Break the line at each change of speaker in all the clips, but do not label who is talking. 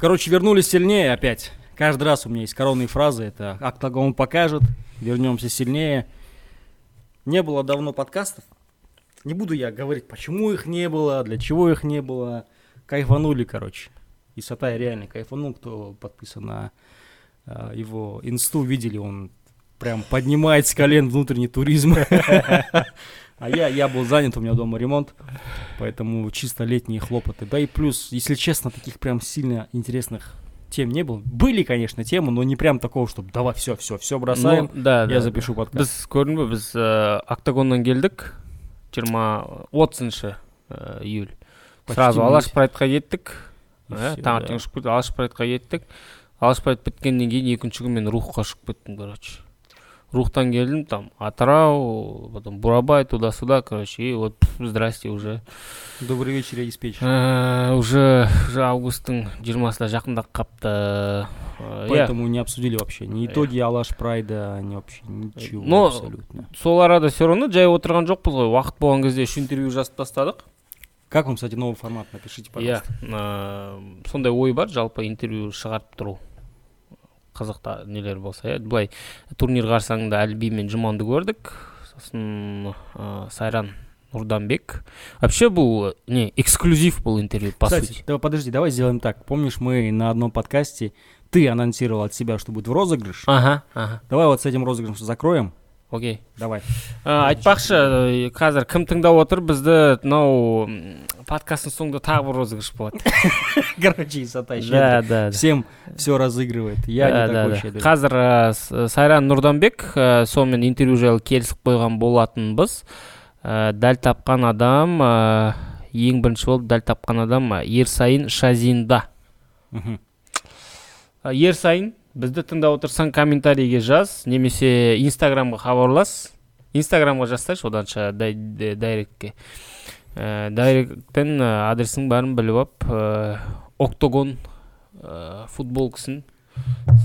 Короче, вернулись сильнее опять. Каждый раз у меня есть коронные фразы. Это «Октагон покажет», «Вернемся сильнее». Не было давно подкастов. Не буду я говорить, почему их не было, для чего их не было. Кайфанули, короче. И Сатай реально кайфанул, кто подписан на э, его инсту, видели, он прям поднимает с колен внутренний туризм. А я, я был занят, у меня дома ремонт, поэтому чисто летние хлопоты. Да и плюс, если честно, таких прям сильно интересных тем не было. Были, конечно, темы, но не прям такого, чтобы давай все, все, все бросаем.
Ну, да,
я
да.
запишу подкаст.
біз көрдің бе біз ыыы октагоннан келдік жиырма отызыншы ыыы июль
Почти
сразу
месяц.
алаш прайдқа кеттік
И
иә,
всё,
таңертең
да.
ұшып кеттік алаш прайдқа кеттік алаш прайд біткеннен кейін екінші күні мен рухқа ұшып кеттім короче рухтан келдім там атырау потом бурабай туда сюда короче и вот пф, здрасте уже
Добрый вечер, я диспетчер.
Э, уже уже августтың жиырмасына жақындап қалыпты Э, иә.
Поэтому не обсудили вообще ни итоги Алаш Прайда, ни вообще ничего
А, Но-
абсолютно.
сол арада все равно жай отырған жоқпыз ғой уақыт болған кезде үш интервью жазып тастадық
Как вам, кстати, новый формат? Напишите,
иә
пожалуйста.
э, сондай ой бар жалпы интервью шығарып тұру қызықта нелер болса иә былай турнир қарсаңында әлби мен жұманды көрдік сосын э, сайран нұрданбек вообще бұл э, не эксклюзив бұл интервью по
Кстати,
сути
да, подожди, давай сделаем так. Помнишь, мы на одном подкасте, ты анонсировал от себя, что будет в розыгрыш.
аха аха
Давай вот с этим розыгрышем закроем.
окей
Давай.
Ә, айтпақшы ә, қазір кім тыңдап отыр бізді мынау м, подкасттың соңында тағы бір розыгрыш болады
Короче, Исатай
да
щедрый.
да да.
Всем все разыгрывает. Я
Да,
не
да,
такой
да.
щедрый.
Э, қазір ә, С- сайран нұрданбек ә, сонымен интервью жайлы келісіп қойған болатынбыз ә, дәл тапқан адам ә, ең бірінші болып дәл тапқан адам ә, ерсайын шазинда
Мгм.
Ә, ерсайын бізді тыңдап отырсаң комментарийге жаз немесе инстаграмға хабарлас инстаграмға жазсайшы оданша дай- д- дайректке ә, дайректтен ә, адресің бәрін біліп алып ә, октогон ә, футболкасын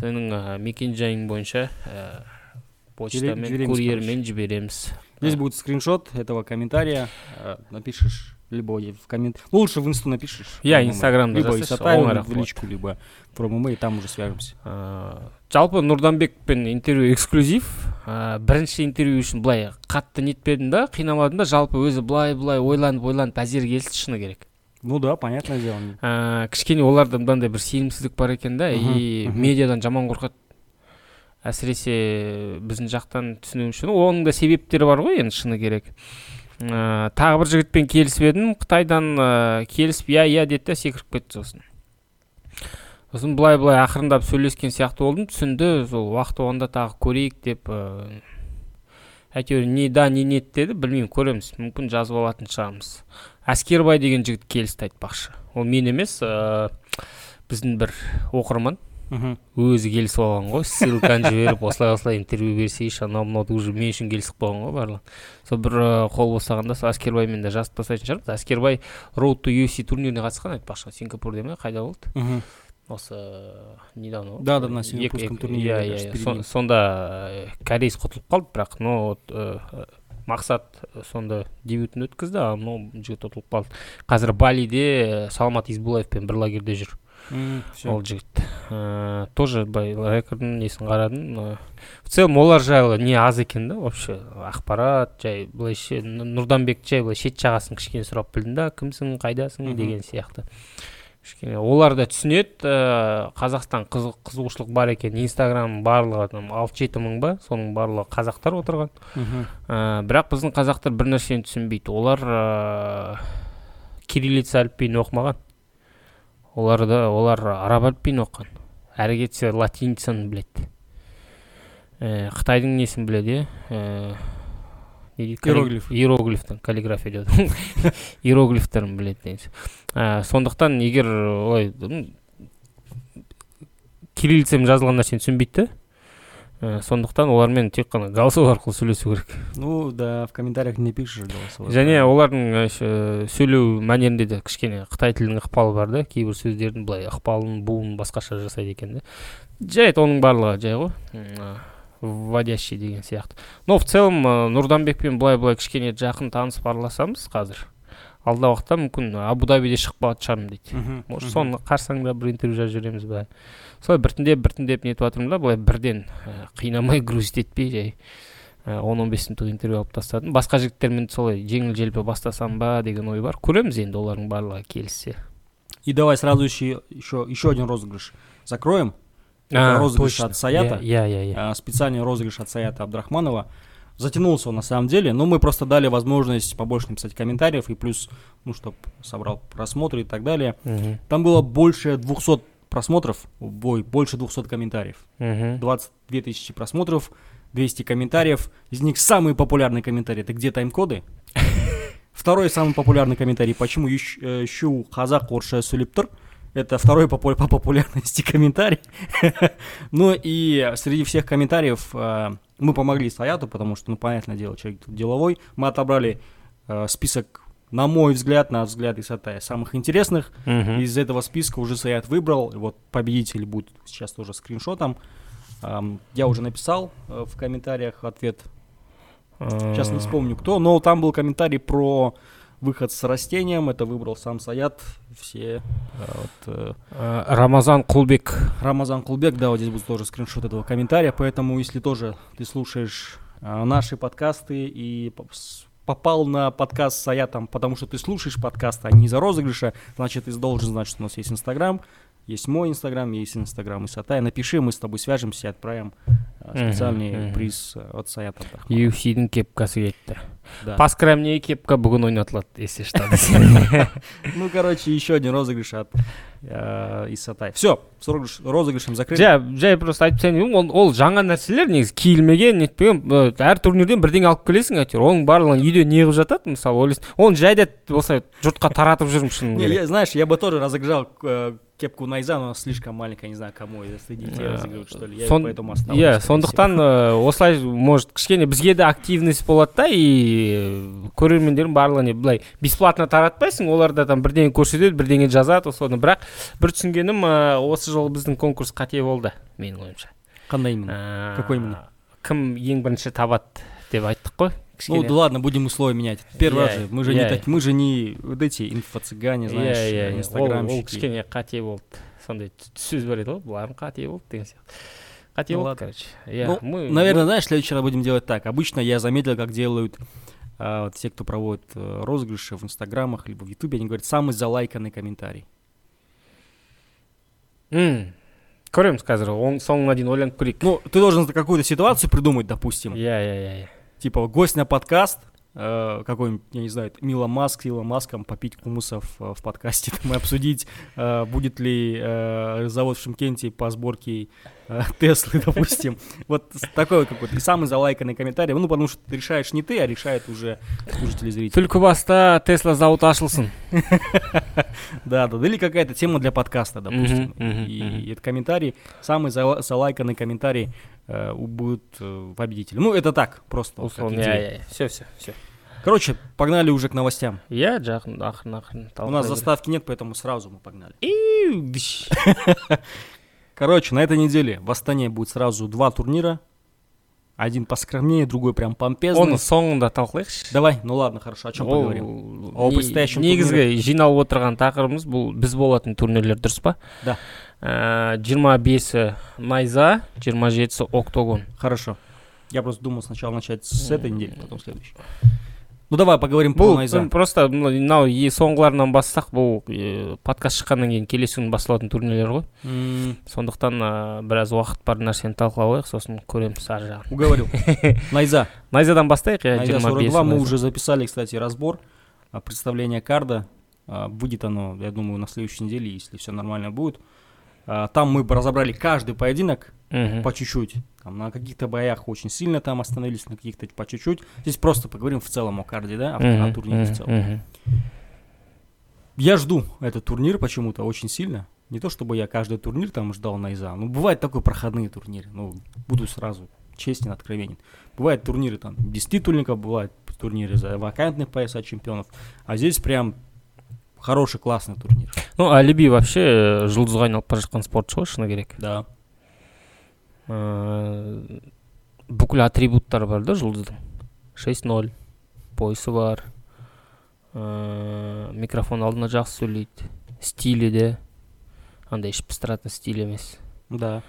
сенің ә, мекенжайың бойынша ә, почтамен
жібереміз,
курьермен жібереміз
Здесь будет скриншот этого комментария. Э, Напишешь либо и в коммент... Ну, лучше в инсту напишешь.
Я
по-моему.
Инстаграм а да
Либо
засыш,
Исатай
оңарақ
в
болады.
личку, либо в промо, и там уже свяжемся.
ә, жалпы нұрданбекпен интервью эксклюзив ә, бірінші интервью үшін былай қатты нетпедім да қинамадым да жалпы өзі былай былай ойланып ойланып әзер келсін шыны керек
Ну да, понятное дело. не-
ә, кішкене оларда мынандай бір сенімсіздік бар екен да
Мгм,
и
мгм.
медиадан жаман қорқады әсіресе біздің жақтан түсінуімше ну, оның да себептері бар ғой енді шыны керек ә, тағы бір жігітпен келісіп едім қытайдан ә, келісіп иә иә деді да секіріп кетті сосын сосын былай былай ақырындап сөйлескен сияқты болдым түсінді сол уақыт болғанда тағы көрейік деп ыыы, әйтеуір не да не нет деді білмеймін көреміз мүмкін жазып алатын шығармыз әскербай деген жігіт келісті айтпақшы ол мен емес ыыы, біздің бір оқырман
Мгм.
өзі келісіп алған ғой ссылканы жіберіп осылай осылай интервью берсейші анау мынау деп уже мен үшін келісіп қойған ғой барлығы сол бір ыыы, қол босағанда сол әскербаймен де жазып тастайтын шығармыз әскербай роуд to UFC турниріне қатысқан айтпақшы сингапурде ма қайда болды
Мгм.
осы э, недавно ғой?
Да, да, на
Э,
сингапурском
ек- ек-
турнире,
иә,
да,
иә,
четыре
со-
дня.
сонда э, кореец құтылып қалды бірақ но вот, э, э, мақсат э, сонда дебютін өткізді а мынау жігіт ұтылып қалды қазір балиде э, саламат избулаевпен бір лагерьде жүр
М, всё.
ол жігіт Э, тоже былай рекордын несін қарадым э, в целом олар жайлы не аз екен да вообще ақпарат жай былай ше- Нұр- нұрданбек жай былай шет жағасын кішкене сұрап білдім да кімсің қайдасың
Мгм.
деген сияқты кішкене олар да түсінеді э, қазақстан қызы- қызығушылық бар екен инстаграм барлығы там алты жеті мың ба соның барлығы қазақтар отырған
Мгм.
Ә, бірақ біздің қазақтар бір нәрсені түсінбейді олар ә, кириллица әліпбиін оқымаған оларда олар араб әліпбиін оқыған әрі кетсе латиницаны біледі Ә, қытайдың несін біледі иә Ә, не дейді? Калли-
Иероглиф.
иероглифтің каллиграфия деп иероглифтерін біледі негізі Ә, сондықтан егер олай м, кириллицамен жазылған нәрсені түсінбейді да Ә, сондықтан олармен тек қана голосовой арқылы сөйлесу керек
Ну да, в комментариях не пишешь голосовое.
және олардың э, ш- э, сөйлеу мәнерінде де кішкене қытай тілінің ықпалы бар да кейбір сөздердің былай ықпалын буын басқаша жасайды екен да жай оның барлығы жай ғой м, а, вводящий деген сияқты но в целом э, нұрданбекпен былай былай кішкене жақын танысып араласамыз қазір алдағы уақытта мүмкін абу дабиде шығып қалатын шығармын дейді
Мгм,
может
мгм.
соны қарсаңда бір интервью жазып жібереміз ба солай біртіндеп біртіндеп нетіп жатырмын да былай бірден ә, қинамай грузить етпей жай ә, он он бес минуттық интервью алып тастадым басқа жігіттермен солай жеңіл желпі бастасам ба деген ой бар көреміз енді олардың барлығы келіссе
И давай сразу еще, еще, еще один розыгрыш закроем.
А,
Это розыгрыш
точно.
от Саята.
иә иә иә
А, Специальный розыгрыш от Саята Абдрахманова. Затянулся он на самом деле, но мы просто дали возможность побольше написать комментариев и плюс, ну, чтобы собрал просмотры и так далее.
иә. Мгм,
Там было больше 200 просмотров, ой, больше 200 комментариев.
мгм.
22 тысячи просмотров, 200 комментариев. Из них самый популярный комментарий – это где тайм-коды? Второй самый популярный комментарий – почему ищ- э, ищу казак орша сулиптыр? Это второй по, пол- по популярности комментарий. ну и среди всех комментариев э, мы помогли Саяту, потому что, ну, понятное дело, человек тут деловой. Мы отобрали э, список, на мой взгляд, на взгляд Исатая, самых интересных.
Мгм.
Из этого списка уже Саят выбрал. Вот победитель будет сейчас тоже скриншотом. Ам, Я уже написал э, в комментариях ответ. Сейчас не
А,
вспомню кто, но там был комментарий про выход с растением. Это выбрал сам Саят. Все. э, вот, э,
а, рамазан құлбек
Рамазан Кулбек, да, вот здесь будет тоже скриншот этого комментария. Поэтому, если тоже ты слушаешь э, наши подкасты и поп- с- попал на подкаст с Саятом, потому что ты слушаешь подкасты, а не из-за розыгрыша, значит, ты должен знать, что у нас есть Инстаграм, есть мой Инстаграм, есть Инстаграм и Сатая. Напиши, мы с тобой свяжемся и отправим э,
Мгм,
специальный
мгм.
приз э, от Саята. Абдрахманова.
юфсидің кепкасы кетті
Да.
паскрамнее кепка бүгін ойнатылады если что десең.
Ну, короче, еще один розыгрыш от э, Исатай. Все, с розыгрыш- розыгрышем закрыли.
жай жай просто айтып тастайын дегенім, ол, ол жаңа нәрселер негізі киілмеген нетпеген б- әр турнирден бірдеңе алып келесің әйтеуір оның барлығын үйде не қылып жатады мысалы ойлайсың оны жайда болса жұртқа таратып жүрмін шыны
Не,
керек
я, знаешь, я бы тоже разыграл э, кепку Найза, но она слишком маленькая, не знаю, кому это стыдите,
Э,
разыгрывать, что ли. Я
сон-
поэтому
иә
остановлюсь. скорее всего.
сондықтан э, осылай может кішкене бізге де активность болады да и э, көрермендердің барлығын былай бесплатно таратпайсың олар да там бірдеңе көрсетеді бірдеңе жазады соны бірақ бір түсінгенім э, осы жолы біздің конкурс қате болды менің ойымша
Қандай
Э,
именно? Какой именно?
кім ең бірінші табады деп айттық қой
Ну да ладно, будем условия менять. Первый раз
Я-
же, мы же не
я-
так, мы же не вот эти инфо-цыгане,
иә
знаешь, э,
иә иә. ол ол
инстаграмщики.
кішкене қате болды сондай т- сөз бар еді ғой бұларым қате болды деген сияқты қате
Ну
болды
ладно.
короче иә
Ну,
мы-
Наверное, знаешь, в следующий раз будем делать так. Обычно я заметил, как делают а, вот те, кто проводит э, розыгрыши в инстаграмах либо в ютубе, они говорят, самый залайканный комментарий.
М, көреміз қазір оның соңына дейін ойланып көрейік
Ну, ты должен какую-то ситуацию придумать, допустим.
иә иә иә иә
типа гость на подкаст, э, какой-нибудь, я не знаю, Мила Маск, с Илоном Маском попить кумусов э, в подкасте, там, и обсудить, э, будет ли э, завод в Шимкенте по сборке э, Теслы, допустим. Вот с- такой вот какой-то. И самый залайканный комментарий, ну, потому что ты решаешь не ты, а решает уже слушатели зрители.
түлкібаста тесла зауыты ашылсын
Да, да, да, или какая-то тема для подкаста, допустим.
Мгм, мгм,
И
мгм.
это комментарий, самый зала- залайканный комментарий э, у- будет э, победитель. Ну, это так, просто. вот как
условно иә
идея.
иә все все все
Короче, погнали уже к новостям.
иә жақын ақырын ақырын
У нас
талқылай
заставки нет, поэтому сразу мы погнали.
берейік. Дш.
Короче, на этой неделе в Астане будет сразу два турнира. Один поскромнее, другой прям помпезный.
оны соңында талқылайықшы
Давай, ну ладно, хорошо, о чем
Ол-
поговорим?
не-
О предстоящем
негізгі жиналып отырған тақырыбымыз бұл біз болатын турнирлер дұрыс па Ә,
Да.
жиырма бесі найза жиырма жетісі октогон
Хорошо. Я просто думал сначала начать с этой недели, потом следующей. Ну давай поговорим про
бұл
Найза.
м, просто мына- мынау е- соңғыларынан бастасақ бұл э, подкаст шыққаннан кейін келесі күні басталатын турнирлер ғой
М,
сондықтан ә, біраз уақыт бар нәрсені талқылап алайық сосын көреміз ар жағын
Уговорил. Найза.
найзадан бастайық иә
Найза 42. Мы уже записали, кстати, разбор а, представления карда. А, Будет оно, я думаю, на следующей неделе, если все нормально будет. А, Там мы разобрали каждый поединок. по чуть-чуть. Там на каких-то боях очень сильно там остановились, на каких-то по чуть-чуть. Здесь просто поговорим в целом о карде, да, о, о турнире в целом. Я жду этот турнир почему-то очень сильно. Не то чтобы я каждый турнир там ждал Найза. Ну, бывает такой проходные турниры. Ну, буду сразу честен, откровенен. Бывают турниры там без титульников, бывают турниры за вакантных пояса чемпионов. А здесь прям хороший, классный турнир.
ну әлиби вообще э, жұлдызға айналып бара жатқан спортшы ғой шыны керек
Да.
Ә, бүкіл атрибуттары бар да жұлдыздың шесть ноль поясы бар Ә, ыыы микрофон алдында жақсы сөйлейді стилі де андай ішіп пыстыратын стиль емес
Да.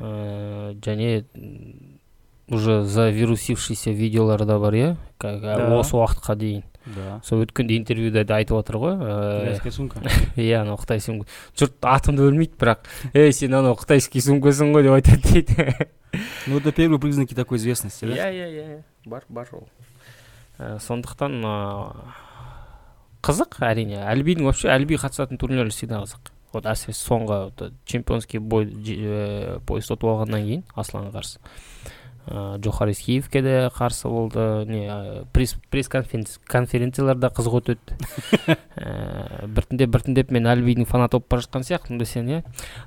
Ә, және м, уже завирусившийся видеолар да бар иә Ка- ка-
Да.
осы уақытқа дейін
Да.
сол өткенде интервьюда да айтып отыр ғой ыыы,
Китайская сумка.
иә анау қытай сумка жұрт атымды білмейді бірақ ей сен анау қытайский сумкасың ғой деп айтады дейді
Ну, это первые признаки такой известности, да?
иә иә иә бар бар ол Ә, сондықтан ыыы, қызық әрине әлбидің вообще әлби қатысатын турнирлер всегда қызық вот әсіресе соңғы вот чемпионский бой же- э, бой ұтып алғаннан кейін асланға қарсы ыыы жохар искеевке де қарсы болды не ә, пресс пресс конференц- конференцияларда қызық өтеді Ә, біртіндеп біртіндеп мен әлбидің фанаты болып бара жатқан сияқтымын десең иә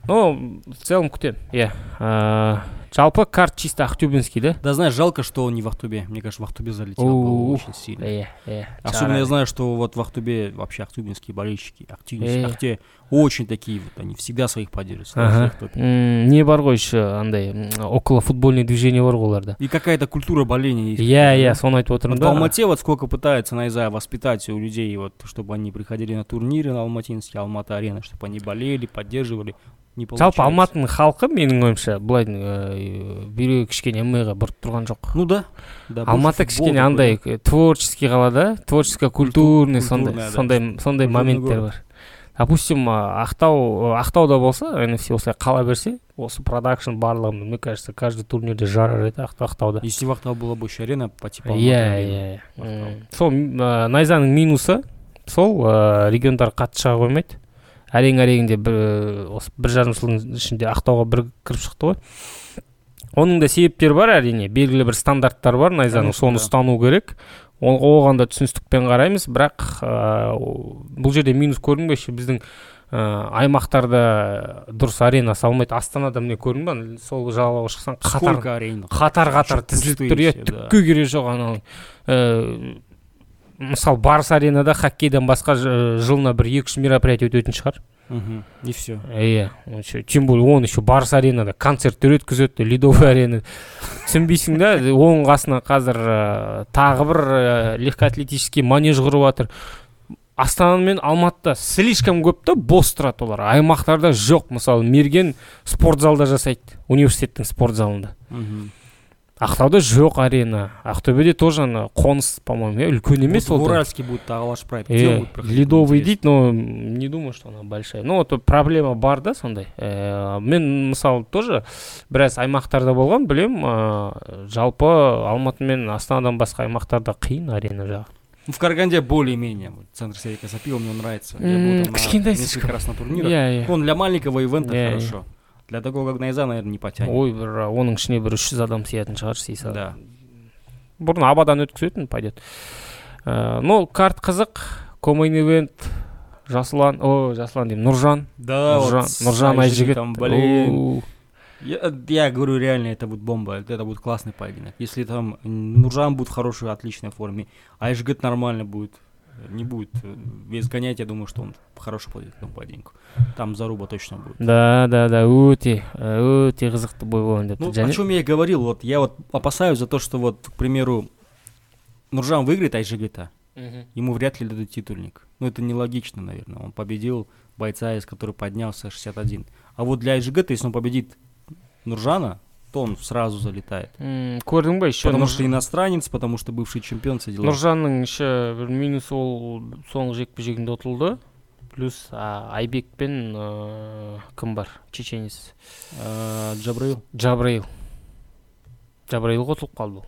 но в целом күтемін иә Ә, жалпы карт чисто актюбинский да
Да знаешь, жалко, что он не в Ахтубе. Мне кажется, в Ахтубе залетел
Ух.
бы очень сильно.
иә иә
Особенно я знаю, что вот в Ахтубе вообще ахтубинские болельщики,
Э.
активные, ахте очень такие вот, они всегда своих поддерживают. всегда
Ага.
своих топят.
М, не бар ғой еще андай около футбольный движение бар ғой оларда
И какая-то культура боления есть.
иә иә соны айтып
Вот
отырмын
в
да
Алмате вот сколько ну, пытается Найза воспитать у людей, вот, чтобы они приходили на турниры на Алматинские, Алмата-арена, чтобы они болели, поддерживали. Не
жалпы
получается.
алматының халқы менің ойымша былай ыыы, бүйрегі кішкене миға бұрып тұрған жоқ
Ну да. да больше
алматы
футбол
кішкене
такой,
андай э, творческий қала да творческо культурный сондай
культурная, да,
сондай
культурный
сондай моменттер
город.
бар допустим а, ақтау э, ақтауда болса NFC осылай қала берсе осы продакшн барлығы мне кажется каждый турнирде жарар еді Ақта- ақтауда
да. Если в Ахтау была бы еще арена по типу
иә
Алматы-арены.
иә иә.
Ақтау.
М, сол м, ә, найзаның минусы сол ә, региондар қатты шыға қоймайды әрең әреңде бір ә, осы бір жарым жылдың ішінде ақтауға бір кіріп шықты ғой оның да себептері бар әрине белгілі бір стандарттар бар найзаның
Конечно,
соны
да.
ұстану керек ол оған да түсіністікпен қараймыз бірақ ә, о- бұл жерде минус көрдің бе ше біздің ә, аймақтарда дұрыс арена салмайды астанада міне көрдің ба ана сол жағалауға шықсаң қатар
Сколько арен?
қатар қатар
Жоқ,
тізіліп
пустые
тұр иә
все, да.
түкке керегі жоқ ананың ыыы мысалы барыс аренада хоккейден басқа ж- жылына бір екі үш мероприятие өтетін шығар
Мгм. И все.
иә еще тем более он еще барыс аренада концерттер өткізеді ледовый арена түсінбейсің да оның қасына қазір ыыы, тағы бір ыыы, легкоатлетический манеж құрып жатыр астана мен алматыда слишком көп та бос тұрады олар аймақтарда жоқ мысалы мерген спортзалда жасайды университеттің спортзалында
Мгм.
ақтауда жоқ арена ақтөбеде тоже ана қоныс по моему үлкен емес
Вот в
ол да.
Уральске будет Алаш Прайд. где он
Э,
будет проходить,
ледовый
интересно?
дейді но м, не думаю что она большая ну вот проблема бар да сондай Э, мен мысалы тоже біраз аймақтарда болған білем жалпы алматы мен астанадан басқа аймақтарда қиын арена жағы
Ну, В Караганде более-менее. Вот Центр Серика Сапиева мне нравится. Я
М,
был там на
кішкентай
несколько раз на турнирах.
иә иә
Он для маленького ивента
Не, не.
хорошо. Для такого, как Найза, наверное, не потянет.
ой бір а, оның ішіне бір үш жүз адам сиятын шығар сыйса
Да.
бұрын абадан өткізетін по идее Э, ну карт қызық комейн ивент жасұлан о жасұлан деймін нұржан
Да,
нұржан
с
нұржан
Айжигитом,
айжігіт
блин.
Оу.
Я, я говорю, реально, это будет бомба. Это будет классный поединок. Если там м, Нуржан будет в хорошей, отличной форме, а Ишгет нормально будет, не будет э, вес гонять, я думаю, что он хорошо пойдет к этому поединку. Там заруба точно будет.
да да да өте э, өте қызықты бой болайын деп
Ну,
тұр
о
және
чем я и говорил, вот я вот опасаюсь за то, что вот, к примеру, Нуржан выиграет а Айжигита,
Мгм.
ему вряд ли дадут титульник. Ну, это нелогично, наверное. Он победил бойца, из который поднялся 61. А вот для Айжигита, если он победит Нуржана, то он сразу залетает.
М, көрдің ба еще
потому что иностранец, потому что бывший чемпион, все дела.
нұржанның еще бір минусы ол соңғы жекпе жегінде ұтылды плюс а, айбек пен ыыы, кім бар чеченец
Э, Джабраил.
джабраил джабраилға ұтылып қалды ол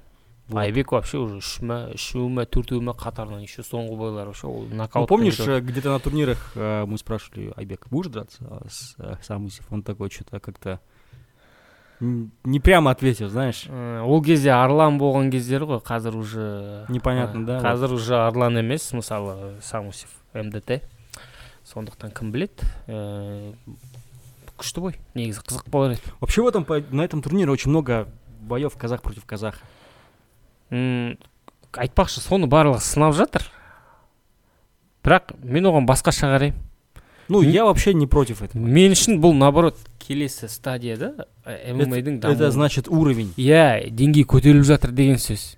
Вот.
айбек вообще уже үш мә үшеуі ма төртеуі ма қатарынан еще соңғы бойлары вообще ол
Ну,
нокаут
помнишь, э, где-то на турнирах э, мы спрашивали, Айбек, будешь драться а, с э, с Амусев?» Он такой что-то как-то н- не прямо ответил, знаешь.
ол кезде арлан болған кездері ғой қазір уже
Непонятно, да, вот.
қазір уже арлан емес мысалы самусев мдт сондықтан кім біледі Э, күшті бой негізі қызық болар еді
Вообще в этом, по- на этом турнире очень много боев казах против казаха.
М, айтпақшы соны барлығы сынап жатыр бірақ мен оған басқаша қараймын
Ну,
М.
я вообще не против этого.
мен үшін бұл наоборот келесі стадия да ммадің
Это значит уровень.
иә деңгей көтеріліп жатыр деген сөз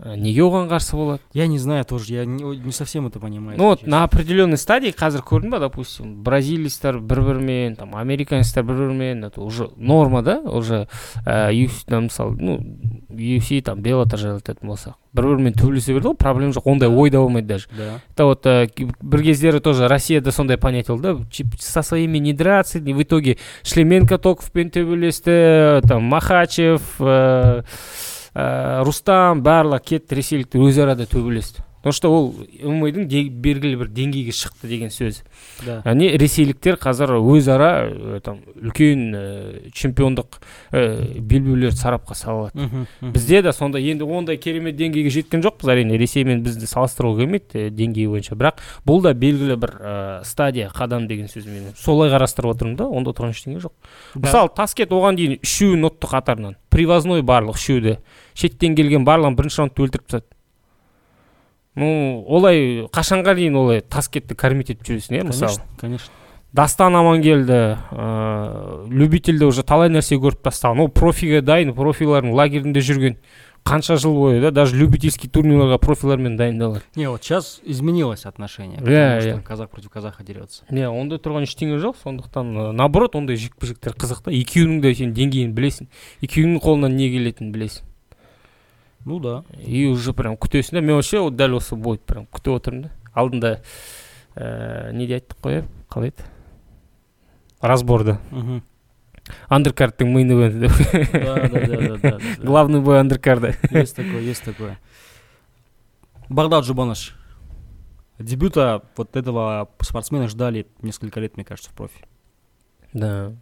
ә, неге оған қарсы болады
Я не знаю тоже, я не, не совсем это понимаю.
ну вот
если честно.
на определенной стадии қазір көрдің ба допустим бразилецтер бір бірімен там американецтер бір бірімен это уже норма да уже э, ә, UFC -да, мысалы ну UFC там беллатор жайлы айтатын болсақ бір бірімен төбелесе берді ғой проблема жоқ ондай ой да болмайды даже
Да.
это вот ә, ки- бір кездері тоже россияда сондай понятие болды да чи- со своими не драться в итоге шлеменко токовпен төбелесті э, там махачев ә, ә, рустам барлығы кетті ресейліктер өзара да төбелесті потому что ол мма дің де- белгілі бір деңгейге шықты деген сөз
Да.
яғни ресейліктер қазір өзара ә, там үлкен ә, чемпиондық ә, белбеулерді сарапқа сала алады
Мгм, мгм.
бізде де сонда енді ондай керемет деңгейге жеткен жоқпыз әрине ресеймен бізді салыстыруға келмейді ә, деңгей бойынша бірақ бұл да белгілі бір ә, стадия қадам деген сөз мен солай қарастырып отырмын да онда тұрған ештеңе жоқ
Да.
мысалы таскет оған дейін үшеуін ұтты қатарынан привозной барлық үшеуі де шеттен келген барлығын бірінші раундта өлтіріп тастады ну олай қашанға дейін олай таскетті кормить етіп жүресің иә мысалы
Конечно, конечно.
дастан амангелді ыыы любительде уже талай нәрсе көріп тастаған ол профиге дайын профилардың лагерінде жүрген қанша жыл бойы да даже любительский турнирларға профилармен дайындалады
Не, вот сейчас изменилось отношение, потому
Я-
что
я.
казах против казаха дерется.
иә онда тұрған ештеңе жоқ сондықтан ы, наоборот ондай жекпе жектер қызық та екеуінің де сен деңгейін білесің екеуінің қолынан не келетінін білесің
Ну да.
и уже прям күтесің да мен вообще вот дәл осы будет прям күтіп отырмын да алдында ыыы неде айттық қой иә? қалай еді разборда
Мгм.
андеркарттың мейн ивенті
Да, да, да, да, да, да.
главный бой андеркарда
Есть такое, есть такое. Багдад Жубанаш. Дебюта вот этого спортсмена ждали несколько лет, мне кажется, в профи.
Да.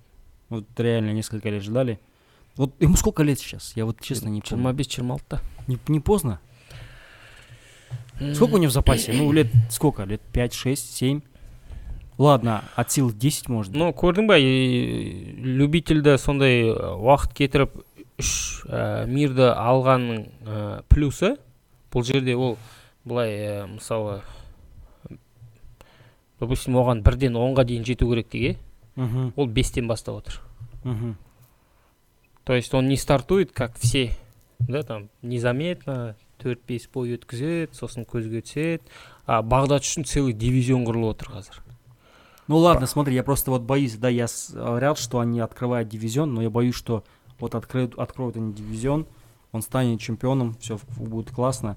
Вот реально несколько лет ждали. Вот ему сколько лет сейчас? Я вот честно не помню.
жиырма бес жиырма алтыда
Не, не поздно? Сколько у него в запасе? Ну, лет сколько? Лет 5, 6, 7? Ладно, от сил 10, может быть.
ну көрдің ба и- любительді сондай ә, уақыт кетіріп үш ә, мирді алғанның ә, плюсы бұл жерде ол былай ә, мысалы допустим оған бірден онға дейін жету керек деге
Мгм,
ол бестен бастап отыр
мгм.
то есть он не стартует как все да там незаметно төрт бес бой өткізеді сосын көзге түседі а бағдат үшін целый дивизион құрылып отыр қазір
Ну ладно, смотри, я просто вот боюсь, да, я с- рад, что они открывают дивизион, но я боюсь, что вот откроют, откроют они дивизион, он станет чемпионом, все будет классно.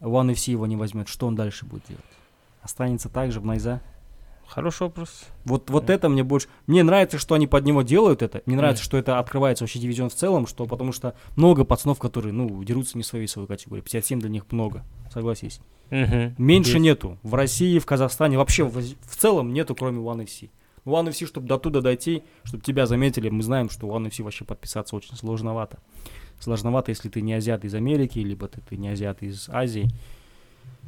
One FC его не возьмет, что он дальше будет делать? Останется также в Найза?
хороший вопрос
Вот, вот
Да.
это мне больше... Мне нравится, что они под него делают это. Мне нравится,
Мгм.
что это открывается вообще дивизион в целом, что потому что много пацанов, которые, ну, дерутся не в своей весовой категории. 57 для них много, согласись.
Мгм.
Меньше
Есть.
нету. В России, в Казахстане вообще в, в целом нету, кроме One FC. One FC, чтобы до туда дойти, чтобы тебя заметили, мы знаем, что у One FC вообще подписаться очень сложновато. Сложновато, если ты не азиат из Америки, либо ты, ты не азиат из Азии.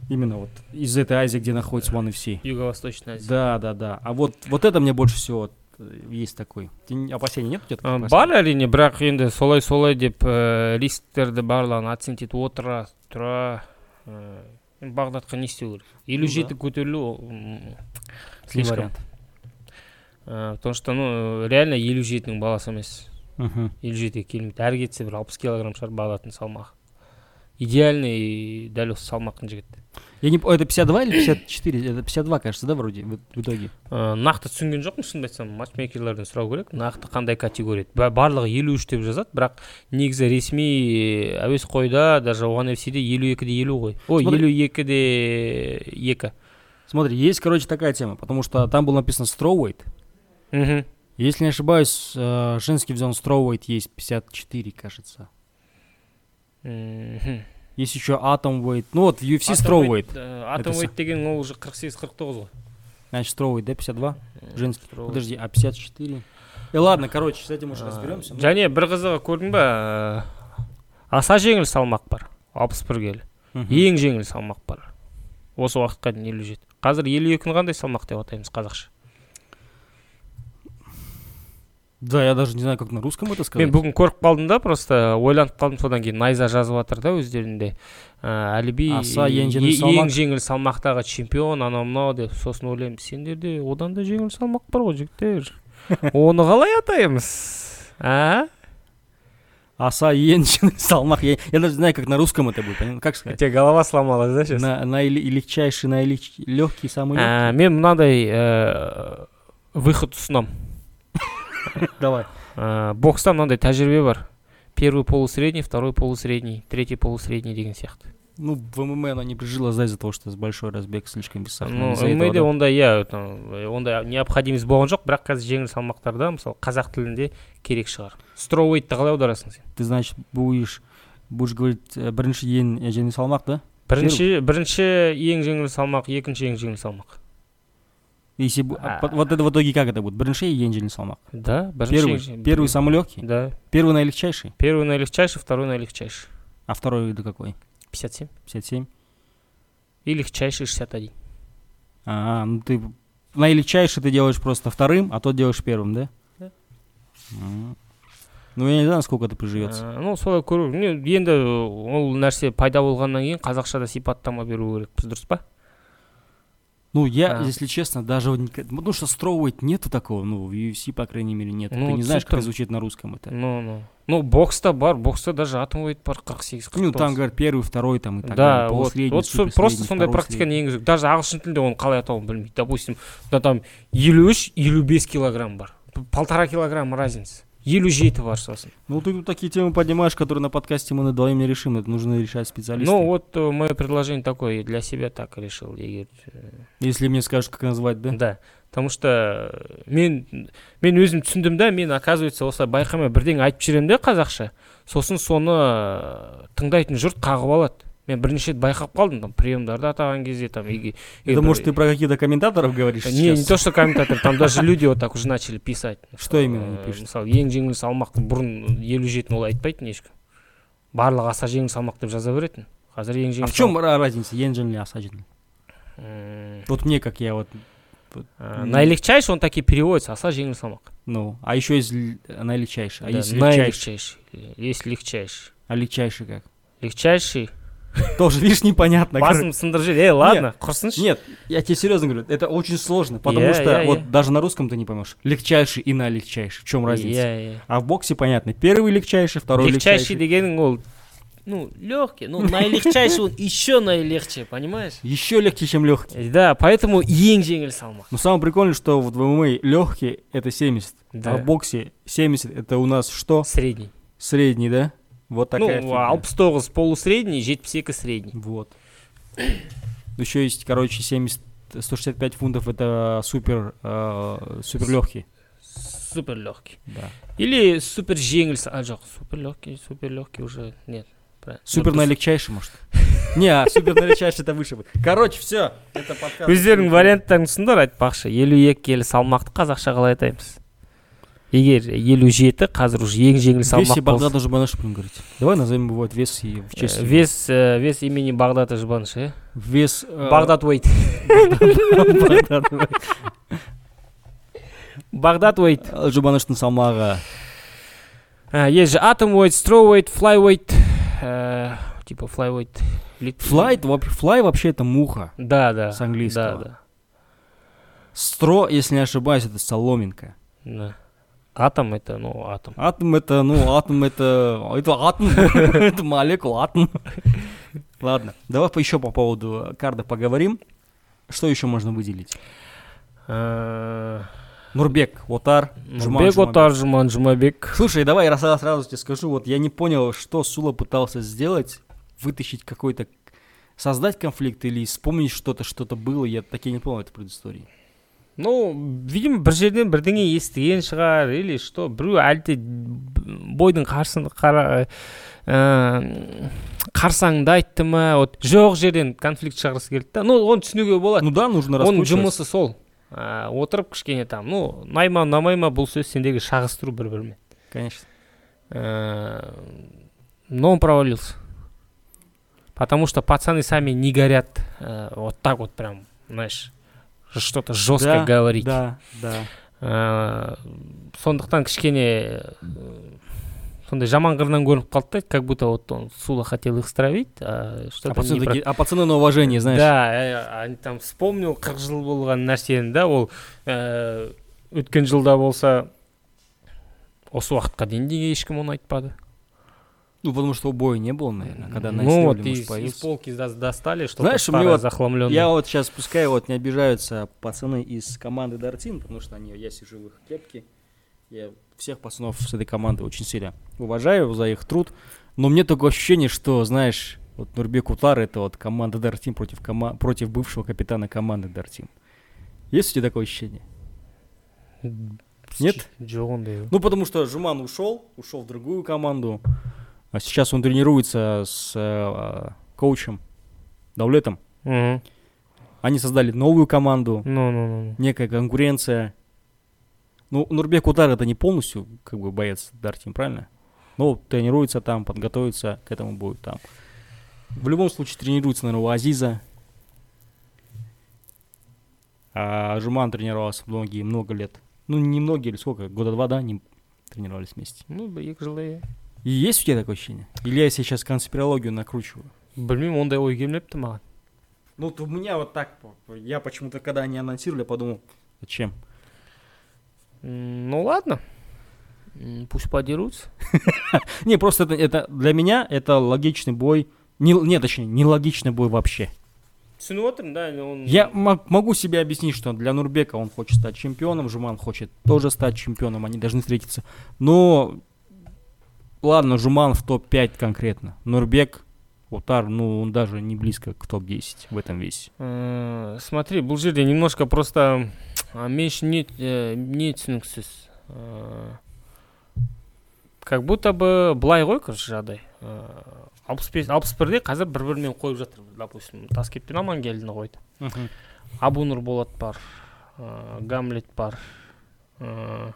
Именно вот из этой Азии, где находится One FC.
Юго-Восточная Азия.
Да, да, да. А вот, вот это мне больше всего э, есть такой. А, Те не- Опасений нет у тебя? таких
Ә,
опасений?
бар әрине бірақ енді солай солай деп ә, рисктерді барлығын оценить етіп отыра тұра ә, енді бағдатқа не істеу керек елу
Ну да.
жеті көтерілу ол, м,
Не
слишком
вариант.
Ә, потому что ну реально елу жетінің баласы емес
Мгм.
елу жетіге келмейді әрі кетсе бір алпыс килограмм шығар бағдаттың салмағы идеальный дәл осы салмақтың жігіті
Я не, п- это 52 или 54? Это 52, кажется, да, вроде, в, в итоге?
Ә, нақты түсінген жоқпын шынымды айтсам матчмейкерлерден сұрау керек нақты қандай категория Ба- барлығы елу үш деп жазады бірақ негізі ресми ә, әуесқойда даже оған фсде елу екі де елу ғой ой
Смотри.
елу екі де екі
Смотри, есть, короче, такая тема, потому что там было написано strawweight.
мхм
Если не ошибаюсь, э, женский взял strawweight есть 54, кажется.
мхм
Есть еще atomweight. Ну вот в UFC strawweight.
атомвейт э, деген ол уже қырық сегіз қырық тоғыз ғой
Значит, strawweight, да, 52? Женский.
Strawweight.
Подожди, а 54? И ладно, короче, с этим уже
Ә,
разберемся. Ну,
және бір қызығы көрдің ба ә, аса жеңіл салмақ бар алпыс бір келі
мгм.
ең жеңіл салмақ бар осы уақытқа дейін елу жеті қазір елу екіні қандай салмақ деп атаймыз қазақша
Да, я даже не знаю, как на русском это сказать.
мен бүгін көріп қалдым да просто ойланып қалдым содан кейін найза жазып жатыр да өздерінде ә, әліби
Аса ең жеңіл
е-
салмақ.
ең жеңіл салмақтағы чемпион анау мынау деп сосын ойлаймын сендерде одан да жеңіл салмақ бар ғой жігіттер оны қалай атаймыз а
аса енщины, салмах. Я, я даже знаю, как на русском это будет, понятно? Как
У
сказать?
тебя голова сломалась, да, сейчас?
На, на или- легчайший, на легкий, самый легкий.
Ә, мен мынандай ә, выход ұсынамын
Давай.
Ә, бокста мынандай тәжірибе бар первый полусредний второй полусредний третий полусредний деген сияқты
Ну, в ММА она не прижилась, да, из-за того, что с большой разбег слишком бессахарный.
ну
Из-за этого,
ммде
да.
ондай иә там, э, ондай необходимость болған жоқ бірақ қазір жеңіл салмақтарда мысалы қазақ тілінде керек шығар строуейтті қалай аударасың сен
Ты, значит, будешь, будешь говорить, э, бірінші ең э, жеңіл салмақ, да?
бірінші бірінші ең жеңіл салмақ екінші ең жеңіл салмақ
Если, бу- а
А.
по- вот это в итоге как это будет? Бірінші ең жеңіл салмақ.
да бірінші
Первый,
ең жеңіл-
первый самый легкий,
да
первый наилегчайший,
первый наилегчайший второй наилегчайший
а второй это какой?
57
57?
и легчайший 61
А, ну ты наилегчайший ты делаешь просто вторым, а тот делаешь первым, да?
Да.
М. Ну, я не знаю, сколько это приживется.
Ә, ну солай көру не, енді э, ол нәрсе пайда болғаннан кейін қазақшада сипаттама беру керекпіз дұрыс па
Ну, я,
Да.
если честно, даже... вот нико- Потому что строует нету такого, ну, в UFC, по крайней мере, нет.
Ну,
ты не знаешь, как
цифры-
это звучит на русском это.
ну ну ну бокста бар бокста даже атомвейт бар 48 сегіз
Ну, там, говорят, первый, второй, там, и так
да
далее.
вот,
полусредний,
вот со-
суперсредний,
просто сондай
второй
практиканы
средний.
енгізу даже ағылшын тілінде оны қалай атауын білмейді допустим да там елу үш елу бес килограмм бар П- полтора килограмма разница елу жеті бар сосын
Ну, ты тут такие темы поднимаешь, которые на подкасте мы вдвоем не решим. Это нужно решать специалистам.
ну вот э, мое предложение такое я для себя так решил егер
Если мне скажешь, как назвать, да?
да потому что э, мен мен өзім түсіндім да мен оказывается осылай байқамай бірдеңе айтып жүремін да қазақша сосын соны э, тыңдайтын жұрт қағып алады мен бірінші рет байқап қалдым там приемдарды атаған кезде там егер-
Это,
егер-
может, ты про какие-то комментаторов говоришь
не не
сейчас?
то что комментатор там даже люди вот так уже начали писать
Что именно они
Э,
пишут?
мысалы ең жеңіл салмақты бұрын елу жетіні ол айтпайтын ешкім барлығы аса жеңіл салмақ деп жаза беретін қазір ең
А
жеңіл
в чем ра- разница, Енджин или Асаджин?
салмақ- М,
Вот мне, как я вот
э, наилегчайший он так и переводится аса жеңіл салмақ
Ну, а еще есть л- она легчайшая. А
Да,
есть легчайший.
наилегчайший. Есть легчайший.
А легчайший как?
Легчайший.
Тоже, видишь, непонятно. короче.
Басым сындырып жібер. Ей, ладно, құрсыншы.
Нет, я тебе серьезно говорю, это очень сложно, потому
Я-
что
я-
вот
я.
даже на русском ты не поймешь. Легчайший и на легчайший. В чем разница?
Иә, иә.
А в боксе понятно. Первый легчайший, второй легчайший.
Легчайший дегенің ол ну легкий ну наилегчайший он еще наилегче понимаешь
Еще легче, чем легкий.
Э, да поэтому ең жеңіл салмақ
Но самое прикольное, что вот в ММА легкий это 70, а
Да.
в боксе 70 это у нас что?
средний
Средний, да? Вот такая.
ну
фигня.
алпыс тоғыз полусредний жетпіс екі средний
Вот. Еще есть, короче, 70, 165 фунтов это супер, э, супер легкий.
супер легкий
Да.
или супер жеңіл са- а жоқ супер легкий супер легкий уже нет правильно.
Супер
Вот
налегчайший, может? Не, а супер налегчайший это выше будет. Короче, все. Это подкаст.
өздерің варианттарын ұсындар айтпақшы елу екі келі салмақты қазақша қалай атаймыз егер елу жеті қазір уже ең жеңіл
Вес и
салмақ болса-
Багдада Жұбаныш будем говорить. Давай назовем его вот вес и в
Э,
честь. его.
вес э, вес имени бағдата жұбаныш иә
Вес. э,
бағдат уэйт
Багдад.
бағдат уэйт
Э, Жұбаныштың салмағы.
Э, есть же атом уэйт строу уэйт флай уэйт Э, типа флай уэйт
Флай, флай вообще это муха.
да да
С английского.
да, да,
Стро, если не ошибаюсь, это соломинка.
да. атом это ну атом
Атом это, ну, атом это... Это атом, это молекула, атом. Ладно, давай еще по поводу э, карда поговорим. Что еще можно выделить?
Э,
Нурбек, Отар, Джуман
нұрбек
Джумабек.
отар жұман жұмабек
Слушай, давай я сразу, сразу тебе скажу, вот я не понял, что Сула пытался сделать, вытащить какой-то, создать конфликт или вспомнить что-то, что-то было, я такие не помню этой предыстории.
ну видимо бір жерден бірдеңе естіген шығар или что біреу әлде бойдың қарсын- қара- э, қарсаңында айтты ма вот жоқ жерден конфликт шығарғысы келді да ну оны түсінуге болады
Ну да, нужно
оның
раскручивать.
жұмысы сол Ә, отырып кішкене там ну ұнай ма ұнамай ма бұл сөз сендегі шағыстыру бір бірімен
Конечно.
Э, но он провалился потому что пацаны сами не горят э, вот так вот прям знаешь что-то
Да,
жестко говорить
Да, да.
Э, сондықтан кішкене э, сондай жаман қырынан көрініп қалды да как будто вот он сула хотел их стравить а
А
что-то
пацаны, такие- а пацаны на уважение, знаешь.
да э, они там вспомнил қырық жыл болған нәрсені да ол э, өткен жылда болса осы уақытқа дейін де ешкім оны айтпады
Ну, потому что боя не было, наверное, когда на
ну вот
может,
из, из
появился.
полки дос- достали, что
Знаешь,
Знаешь, у
мне вот-
захламленное.
Я вот сейчас, пускай вот не обижаются пацаны из команды Дартин, потому что они, я сижу в их кепке. Я всех пацанов с этой команды очень сильно уважаю за их труд. Но мне такое ощущение, что, знаешь, вот Нурбек Утар это вот команда Дартин против, кома- против бывшего капитана команды Дартин. Есть у тебя такое ощущение? Нет?
Жоқ ондай.
Ну, потому что Жуман ушел, ушел в другую команду. А сейчас он тренируется с э, коучем Даулетом.
Мгм.
Они создали новую команду.
Ну, ну, ну, ну.
некая конкуренция. Ну, Нурбек Удар это не полностью как бы боец Дартим, правильно? Ну, тренируется там, подготовится к этому будет там. В любом случае тренируется, наверное, у Азиза. А Жуман тренировался многие, много лет. Ну, не многие, или сколько? Года два, да, они тренировались вместе.
Ну, б- екі жылдай иә
И есть у тебя такое ощущение? Или я сейчас конспирологию накручиваю?
білмеймін ондай ой келмепті маған
Ну, у меня вот так. Я почему-то, когда они анонсировали, подумал, зачем?
М, ну ладно М, пусть подерутся
Не, просто это, это для меня это логичный бой. Не, не, точнее, нелогичный бой вообще.
түсініп отырмын да он
Я мог- могу себе объяснить, что для Нурбека он хочет стать чемпионом, Жуман хочет тоже стать чемпионом, они должны встретиться. Но, ладно, Жуман в топ-5 конкретно. Нурбек, Утар, ну, он даже не близко к топ-10 в этом весе.
Э, смотри бұл жерде немножко просто а, мен үшін не, э, не түсініксіз Э, как будто бы былай ғой короче жағдай Э, алпыс бес алпыс бірде қазір бір бірімен қойып жатыр допустим таскетпен амангелдіні қойды абу нұрболат бар Э, гамлет бар Э,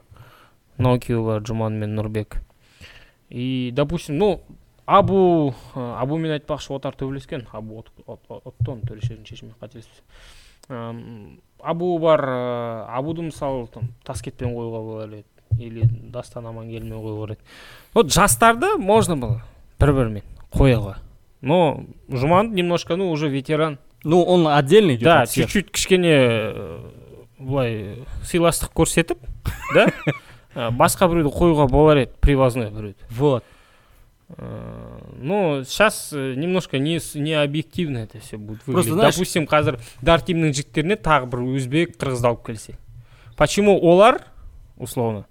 нокио бар жұман мен нұрбек и допустим ну абу ә, абумен айтпақшы отар төбелескен абу От- От- От- оттон төрешердің шешімімен қателеспесем Әм, абу бар ә, абуды мысалы там таскетпен қоюға болар еді или дастан амангелмен қоюға болар еді вот жастарды можно было бір бірімен қояға но жұман немножко ну уже ветеран
Ну, он отдельный идет
да
от всех.
чуть чуть кішкене э, былай э, сыйластық көрсетіп да э, басқа біреуді қоюға болар еді привозной біреуді
Вот.
Э, но сейчас э, немножко не с- не объективно это все будет выглядеть
знаешь-
допустим қазір дартимнің жігіттеріне тағы бір өзбек қырғызды алып келсе почему олар условно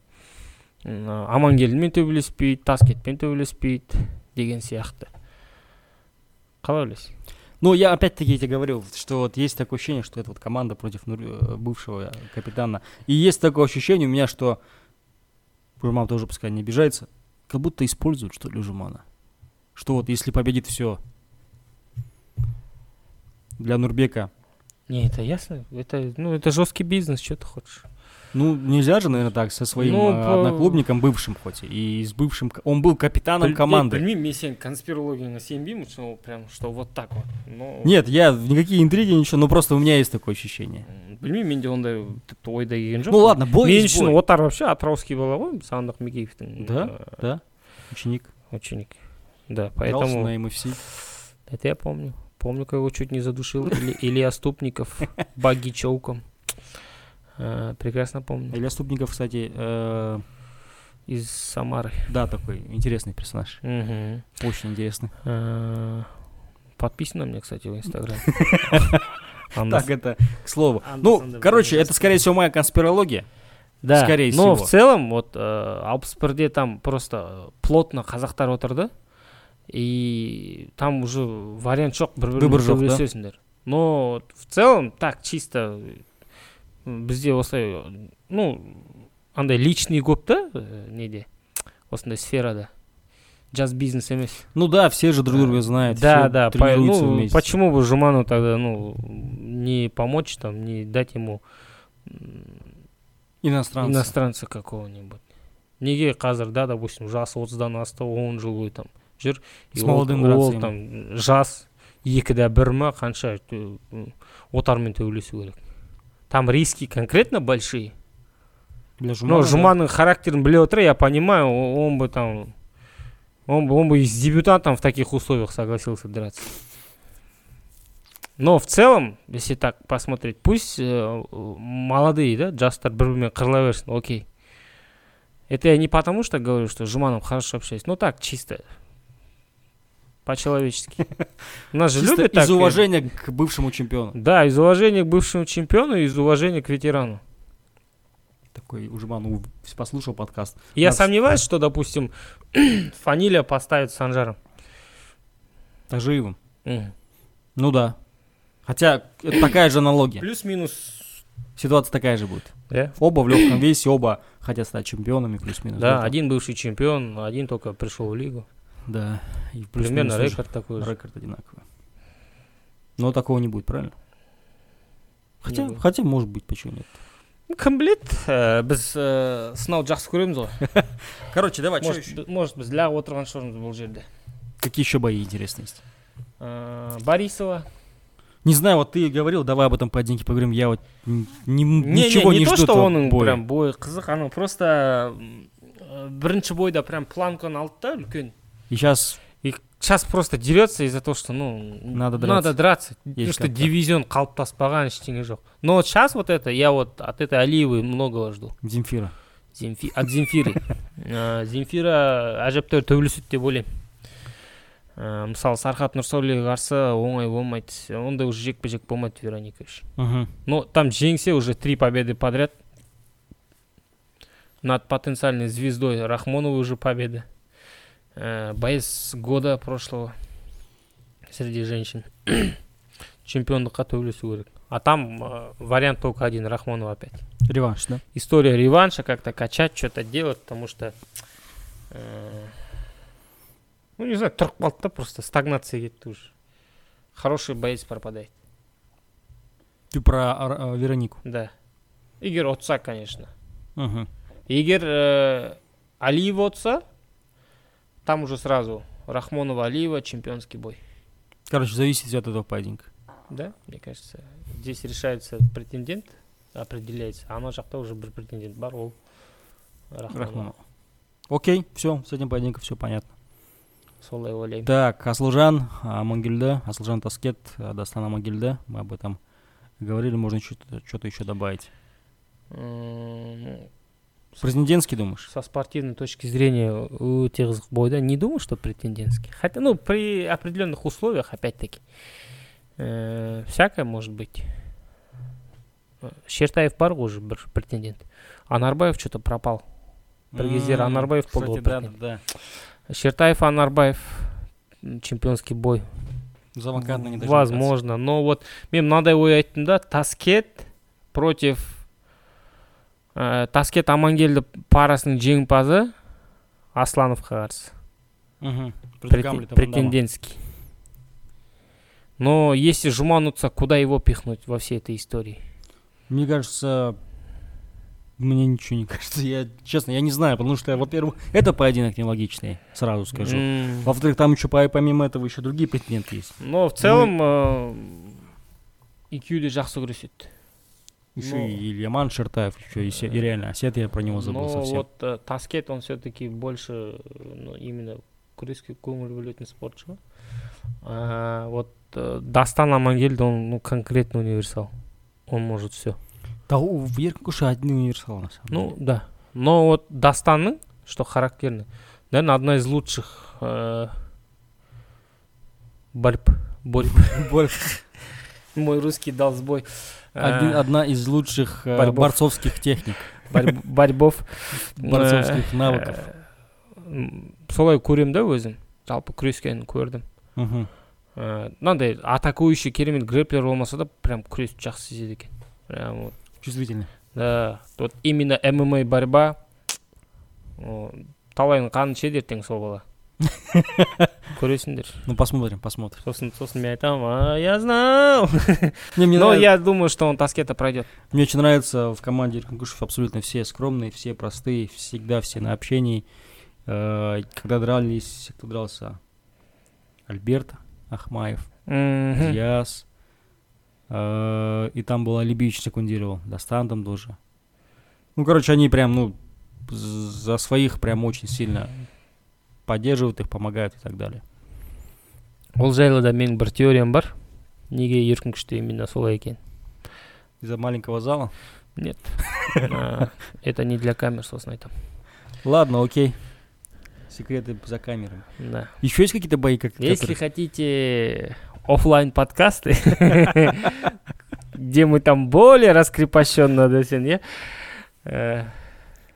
м, э, амангелдімен төбелеспейді таскетпен төбелеспейді деген сияқты қалай ойлайсың
Ну, я опять-таки я тебе говорил, что вот есть такое ощущение, что это вот команда против Нур- э, бывшего капитана. И есть такое ощущение у меня, что Жуман тоже пускай не обижается, как будто используют, что ли, Жумана. Что вот если победит все для Нурбека.
не это ясно это ну это жесткий бизнес что ты хочешь
Ну, нельзя же, наверное, так со своим
Ну,
э,
по-
одноклубником, бывшим хоть, и с бывшим... к- Он был капитаном
Біл-
команды.
білмеймін мен сенің конспирологияңа сенбеймін что прям что вот так вот но
Нет, я никакие интриги, ничего, но просто у меня есть такое ощущение.
м, білмеймін менде ондай тіпті ойда келген жоқ
Ну ладно, бой
мен
есть
үшін
бой.
отар вообще а атырауский бала ғой сандық микеевтің
Да?
э,
Да, ученик.
ученик да
Дрался
поэтому
на МФС.
это я помню помню как его чуть не задушил или Илья Ступников баги чоуком Э, прекрасно помню
Илья Ступников, кстати, э,
из Самары
да, такой интересный персонаж.
Мгм.
Очень интересный.
Э, подписан на меня кстати в инстаграм
Так, это к слову.
Андерсон,
Ну,
да,
короче,
блин,
это, скорее всего, моя конспирология.
да
Скорее
но
всего.
в целом вот э, алпыс бірде там просто э, плотно қазақтар отырды и там уже вариант жоқ бір бірімен
Выбор жоқ, да?
төбелесесіңдер но вот в целом так чисто э, бізде осылай э, ну андай личный көп та э, неде осындай сферада жас бизнес емес
Ну да, все же друг
Да.
друга знают.
да,
все
да, по-
тренируются
ну,
вместе.
почему бы Жуману тогда, ну, не помочь там, не дать ему м,
Иностранцы.
иностранца какого-нибудь? Неге қазір да, допустим, жасы отыздан асты, он жыл бойы там жүр. и
С
ол-
молодым
ол,
грацием.
там жас екіде бір ма қанша тө- м, отармен төбелесу керек. Там риски конкретно большие.
Для
Но
Жумана, да.
Жуманның характерін біле отыра, я понимаю, о- он бы там... Он бы, он бы и с дебютантом в таких условиях согласился драться. Но в целом, если так посмотреть, пусть э, э, молодые, да, джастер бір бірімен қырыла берсін, окей. Это я не потому что говорю, что с Жуманом хорошо общаюсь, но так, Ну чисто по-человечески. Нас же
Чисто
любят так.
из
э,
уважения к бывшему чемпиону.
Да, из уважения к бывшему чемпиону и из уважения к ветерану.
Такой Ужман у- послушал подкаст.
Я
Нас-
сомневаюсь, что, допустим, Фаниля поставит Санжаром.
Тажиевым.
Мгм.
А Ну да. Хотя это такая же аналогия.
Плюс-минус.
Ситуация такая же будет.
Да?
Оба в легком весе, оба хотят стать чемпионами, плюс-минус.
Да,
Вот.
один бывший чемпион, один только пришел в лигу.
Да. И
Примерно
плюс-минус тоже
рекорд такой же.
рекорд одинаковый. Но такого не будет, правильно? Хотя,
будет.
хотя может быть, почему нет.
комплект э, біз э, сынау жақсы көреміз ғой
Короче, давай,
может, бі- может біз лағып отырған шығармыз бұл жерде
Какие еще бои интересные есть?
Э, борисова
Не знаю, вот ты говорил, давай об этом поединке поговорим. Я вот н- ни-
Не,
ничего
не,
не,
не то
жду
что
этого
оның
боя.
прям бойы қызық анау просто м, э, бірінші бойда прям планканы алды да үлкен
И сейчас
и сейчас просто дерется из за того что ну
Надо
надо драться потому
Есть
что
как-то.
дивизион қалыптаспаған ештеңе жоқ но вот сейчас вот это я вот от этой алиевой многого жду
Земфира.
Земфи- от земфиры Э, земфира әжептәуір төбелеседі деп ойлаймын Э, мысалы сархат нұрсәулеге қарсы оңай болмайды ондай уже жекпе жек болмайды вероника үшін
Мгм.
но Ну, там жеңсе уже три победы подряд над потенциальной звездой рахмоновой уже победа Э, боец года прошлого среди женщин чемпиондыққа төбелесу керек а там э, вариант только один рахмонова опять
Реванш, да?
история реванша, как-то качать, что-то делать, потому что, э, ну, не знаю, тұрып қалды да просто стагнация кетті уже. Хороший боец пропадает,
Ты про Ар- э, Веронику.
да. Егер отса, конечно.
Мгм.
Егер э, Алиев отса, там уже сразу Рахмонова Алиева чемпионский бой.
Короче, зависит всё от этого поединка.
Да, мне кажется, здесь решается претендент, определяется. А ана жақта уже бір претендент бар, ол Рахмонова.
Рахмонова. Окей, все, с этим поединком все понятно.
Солай ойлаймын.
Так, Асылжан а, Мангильда, Асылжан Таскет, а, Дастана Мангильда, мы об этом говорили, можно что-то еще добавить.
М, ну,
Президентский, думаешь?
со спортивной точки зрения э, өте қызық бой да не думаю что претендентский хотя ну при определенных условиях опять таки всякое может быть Э, шертаев бар ғой уже бір претендент анарбаев что то пропал Бір кездері
М,
Анарбаев
кстати,
болды ғой
да, да,
президент.
да.
шертаев анарбаев м, чемпионский бой
Завокатно не дождётся.
возможно но вот мен мынандай ой айттым да таскет против э, таскет амангелді парасының жеңімпазы аслановқа қарсы
Мгм. Против
Претен-
Гамлета Ван Дамма.
претендентский. Но если жумануться, куда его пихнуть во всей этой истории?
Мне кажется, мне ничего не кажется. Я, честно, я не знаю, потому что, во-первых, это поединок нелогичный, сразу скажу.
М,
Во-вторых, там еще помимо этого еще другие претенденты есть.
Но в целом э, екеуі де жақсы күреседі.
Еще
Ну.
и Ильяман Шертаев, еще и, Се- и реально Осет, я про него забыл
Но
совсем.
вот э, Таскет, он все-таки больше э, ну, именно күреске көңіл бөлетін спортшы. ғой. А, вот э, Дастан Амангельді, он ну, конкретно универсал. Он может все.
Да, у Еркуша один универсал, на самом
Ну, да. Но вот Дастанның, что характерно, наверное, одна из лучших э, борьб. борьб.
деле. Борь-
Мой русский дал сбой. Э,
один- одна из лучших э,
борьбов.
борцовских техник,
борьб- борьбов.
борцовских навыков.
Э, м, солай көремін да өзім жалпы күрескенін көрдім
Мгм.
Э, мынандай атакующий керемет грэплер болмаса да прям күресті жақсы сезеді екен прям вот
Чувствительный.
да вот именно мма борьба о, талайдың қанын ішеді ертең сол бала көресіңдер
Ну, посмотрим, посмотрим.
сосын сосын мен айтамын а я знал
Не, мне,
но
нравится-
Ну, я думаю что он таскета пройдет
мне очень нравится в команде Иркутских абсолютно все скромные, все простые, всегда все на общении. Э, Когда дрались, кто дрался? Альберт Ахмаев,
Мгм.
Диас. Э, И там был Алибич секундировал. Дастан там тоже. Ну, короче, они прям, ну, з- за своих прям очень сильно поддерживают их, помогают и так далее.
ол жайлы да менің бір теориям бар неге еркін күшті именно солай екен
Из-за маленького зала.
нет Э, это не для камер сосын айтамын
Ладно, окей. Секреты за камерами.
Да.
Еще есть какие-то бои, как
Если хотите оффлайн подкасты, где мы там более раскрепощенно, да, всё, не? Э,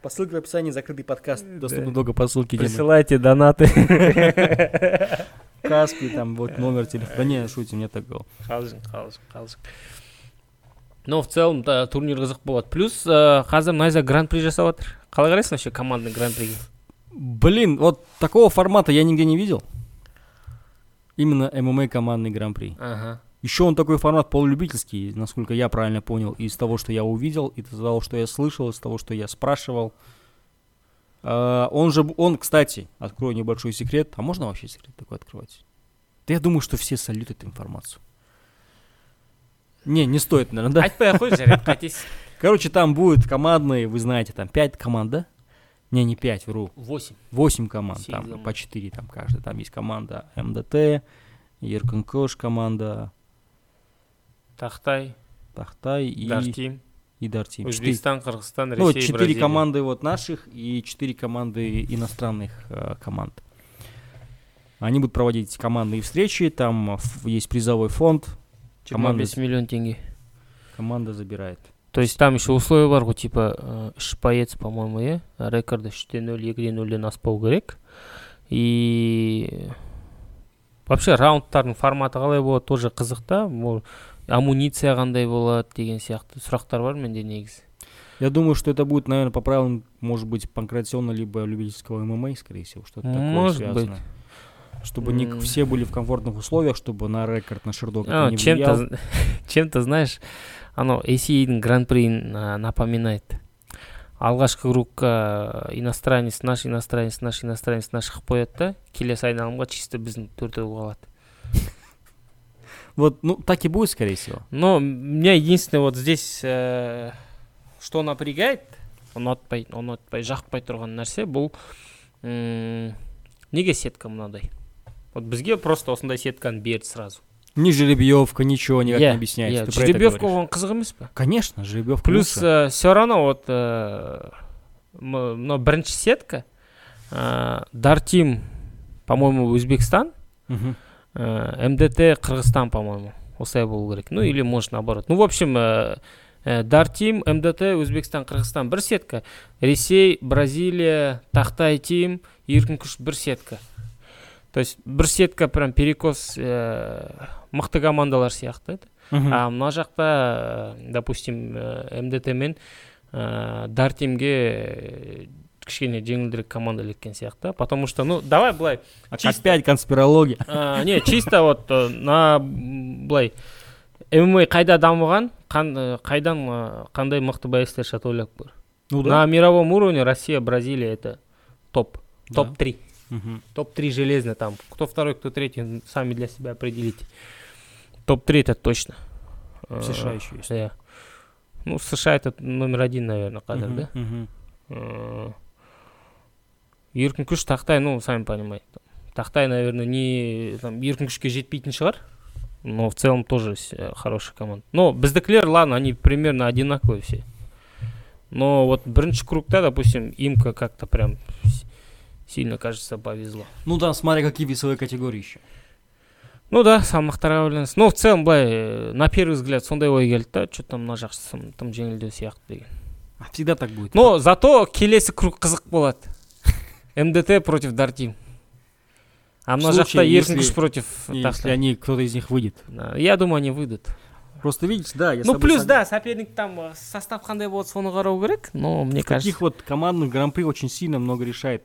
По ссылке в описании закрытый подкаст. Доступно
Да.
долго по ссылке. Демон.
Присылайте донаты.
Каспий, там вот номер телефона. Да не, шутим, не так говорил.
қалжың қалжың қалжың но в целом да, турнир қызық болады плюс ә, қазір найза гран при жасап жатыр қалай қарайсың вообще командный гран приге
Блин, вот такого формата я нигде не видел. Именно ММА командный гран-при.
ага
Еще он такой формат полулюбительский, насколько я правильно понял, из того, что я увидел, из того, что я слышал, из того, что я спрашивал. А, Он же, б- он, кстати, открою небольшой секрет. А можно вообще секрет такой открывать? Да я думаю, что все сольют эту информацию. Не, не стоит, наверное, да?
айтпай ақ қой жарайды қайтесіз
Короче, там будет командные, вы знаете, там 5 команд, да? Не, не 5, вру.
восемь
8 команд,
Семь
там
команд.
по 4 там каждая. Там есть команда МДТ, Еркенкош команда,
тақтай
Тахтай и...
дартим
и
Ну,
Дартим. Четыре.
өзбекстан қырғызстан ресей
Ну, вот четыре
Бразилия.
команды вот наших и четыре команды иностранных э, команд. Они будут проводить командные встречи, там э, ф- есть призовой фонд,
жиырма
команда,
бес миллион теңге
команда забирает.
то есть там еще условия бар ғой типа э, үш боец по моему иә рекорды үште нөл екіде нөлден аспау керек и вообще раундтардың форматы қалай болады тоже қызық та Мо- амуниция қандай болады деген сияқты сұрақтар бар менде негізі
Я думаю, что это будет, наверное, по правилам, может быть, панкратиона либо любительского ММА, скорее всего, что-то такое
Может
связано. Чтобы не к-
М.
все были в комфортных условиях, чтобы на рекорд, на шердок это
А,
не
чем-то
влияло.
з- чем-то знаешь анау ACE-дің гран приін а, напоминает алғашқы группа иностранец наш иностранец наш иностранец наш шығып қояды да келесі айналымға чисто біздің төртеу қалады
Вот, ну, так и будет, скорее всего.
Но меня единственное вот здесь э, что напрягает, ұнатпай ұнатпай жақпай тұрған нәрсе бұл м, неге сетка мынадай вот бізге просто осындай сетканы берді сразу
Ни жеребьевка, ничего никак
Иә,
не объясняется.
иә,
Ты про это
жеребьевка
говоришь.
оған қызық емес пе
Конечно, жеребьевка
плюс
лучше.
все равно вот э, м- мынау бірінші сетка э, дартим по моему өзбекстан
Мгм.
Э, МДТ Кыргызстан, по-моему. Осылай болу керек. Ну или может наоборот. Ну в общем, э, э, Дартим, МДТ, Өзбекстан, Кыргызстан бір сетка. Ресей, Бразилия, Тахтай Тим, Иркін күш бір сетка. То есть бір сетка прям перекос э, мықты командалар сияқты.
Мгм.
А мына жақта, э, допустим, э, МДТ мен э, Дартимге э, кішкене жеңілдірек команда іліккен сияқты потому что ну давай былай
А
чисто-
Опять конспирология.
а, не чисто вот э, на м, былай мма қайда дамыған қан- э, қайдан э, қандай мықты боецтер шығады ойлап көр
Ну
на мировом уровне россия бразилия это топ топ 3
Мгм.
топ 3 железно там кто второй кто третий м, сами для себя определите топ 3 это точно Э,
США еще есть.
иә. ну сша это номер один наверное қазір да
Мгм, мгм.
Э, еркін күш тақтай ну сами понимаете тақтай наверное не там еркін күшке жетпейтін шығар но в целом тоже с- э, хорошая команда но біздікілер ладно они примерно одинаковые все но вот бірінші кругта допустим имка как то прям с- сильно кажется повезло
Ну там, смотря какие весовые категории еще.
ну да салмақтарға байланысты но в целом былай э, на первый взгляд сондай ой келді да че то мына жақ сын- тым жеңілдеу сияқты деген
А всегда так будет.
но зато келесі круг қызық болады мдт против дартим а мына
В случае,
жақта еркін
если-
күш против
И если
Тахта.
они, кто-то из них выйдет.
Да, я думаю они выйдут
Просто видите, да, я с
ну
тобой
плюс
сог-
да соперник там э, состав қандай болады соны қарау керек но мне
Таких
кажется
вот командных гран-при очень сильно много решает.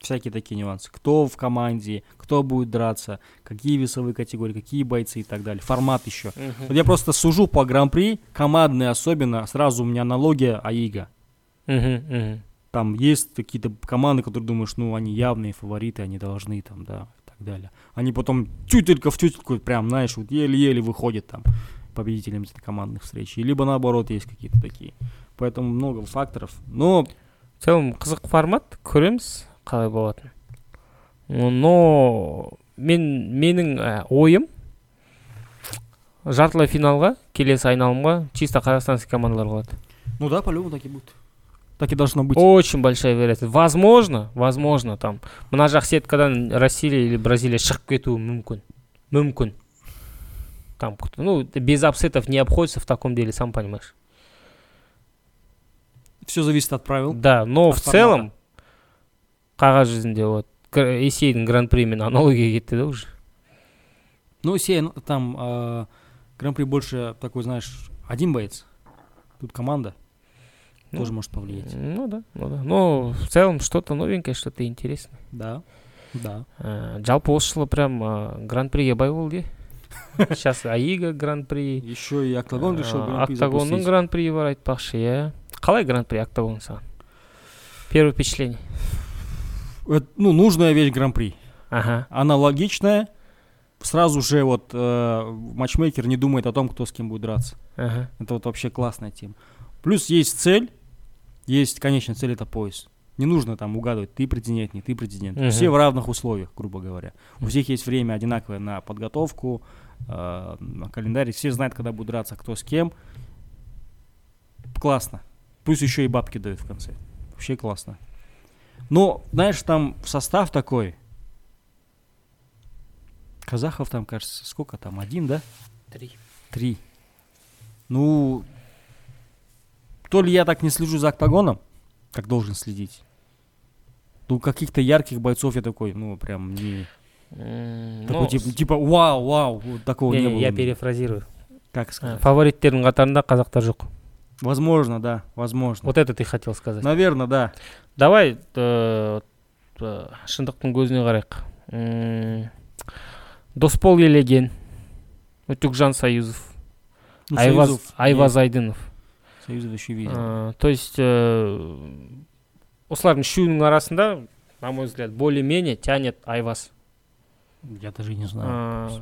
Всякие такие нюансы. Кто в команде, кто будет драться, какие весовые категории, какие бойцы и так далее. Формат еще.
Мгм.
Вот я просто сужу по гран-при, командные особенно, сразу у меня аналогия АИГа.
Мгм, мгм.
Там есть какие-то команды, которые думаешь, ну, они явные фавориты, они должны там, да, и так далее. Они потом тютелька в тютельку, прям, знаешь, вот еле-еле выходят там победителями этих командных встреч. И Либо наоборот есть какие-то такие. Поэтому много факторов. Но
в целом қызық формат көреміз қалай болатынын но мен менің э, ойым жартылай финалға келесі айналымға чисто қазақстанский командалар болады
Ну да, по-любому так и будет. Так и должно быть.
Очень большая вероятность. Возможно, возможно там мына жақ сеткадан Россия или Бразилия шығып кетуі мүмкін. Мүмкін. Там, кто- ну, без апсетов не обходится в таком деле, сам понимаешь.
Все зависит от правил.
Да, но
От
в
формата.
целом, қағаз жүзінде вот гр- есейдің гран-примен аналогия кетті да уже.
Ну, Сея, ну, там э, гран-при больше такой, знаешь, один боец. Тут команда
Ну,
тоже может повлиять.
Ну да, ну да. Но в целом что-то новенькое, что-то интересное.
Да. Да.
Ә, жалпы осы жылы прям а, ә, гран-приге бай болды сейчас аига гран-при
Еще и октагон решил
ә,
гран-при
октагонның
запустить.
гран-приі бар айтпақшы иә қалай гран-при октагон саған первое впечатление
Это, ну, нужная вещь гран-при.
ага
Она логичная. Сразу же вот э, матчмейкер не думает о том, кто с кем будет драться.
ага
Это вот вообще классная тема. Плюс есть цель, есть конечная цель, это пояс. Не нужно там угадывать, ты претендент, не ты претендент.
Мгм.
Все в равных условиях, грубо говоря. У
Мгм.
всех есть время одинаковое на подготовку, э, на календарь. Все знают, когда будут драться, кто с кем. Классно. Плюс еще и бабки дают в конце. Вообще классно. Но, знаешь, там состав такой. Казахов там, кажется, сколько там? Один, да?
три
Три. Ну, то ли я так не слежу за октагоном, как должен следить. Ну, каких-то ярких бойцов я такой, ну, прям не...
Ну,
такой, тип- типа, вау, вау, вот такого не было.
я
у меня.
перефразирую
Как
Ә,
сказать?
фавориттердің қатарында қазақтар жоқ
Возможно, да, возможно.
А. вот это ты хотел сказать
Наверное, да.
давай э, э, шындықтың көзіне қарайық М, досбол елеген өтекжан союзов
Ну,
айваз
Союзов
айваз айдынов
нет, Союзов еще видел.
Э, то есть э, осылардың үшеуінің арасында на мой взгляд более менее тянет айваз
Я даже не знаю.
Э,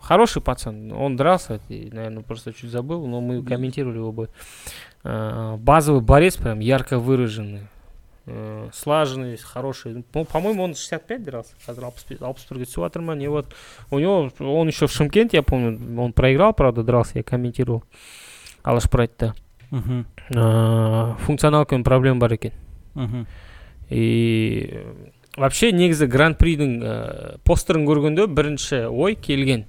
хороший пацан он дрался ты наверное просто чуть забыл но мы
Да.
комментировали его бой. Э, базовый борец прям ярко выраженный э, слаженный хороший ну, по-моему он 65 дрался қазір 65 алпыс түсіп жатыр ма не вот у него он еще в шымкенте я помню он проиграл правда дрался я комментировал алаш прайтта
Мгм,
ыыы функционалкамен Э, проблема бар екен
мгм.
и э, вообще негізі гран придің ыыы постерін көргенде бірінші ой келген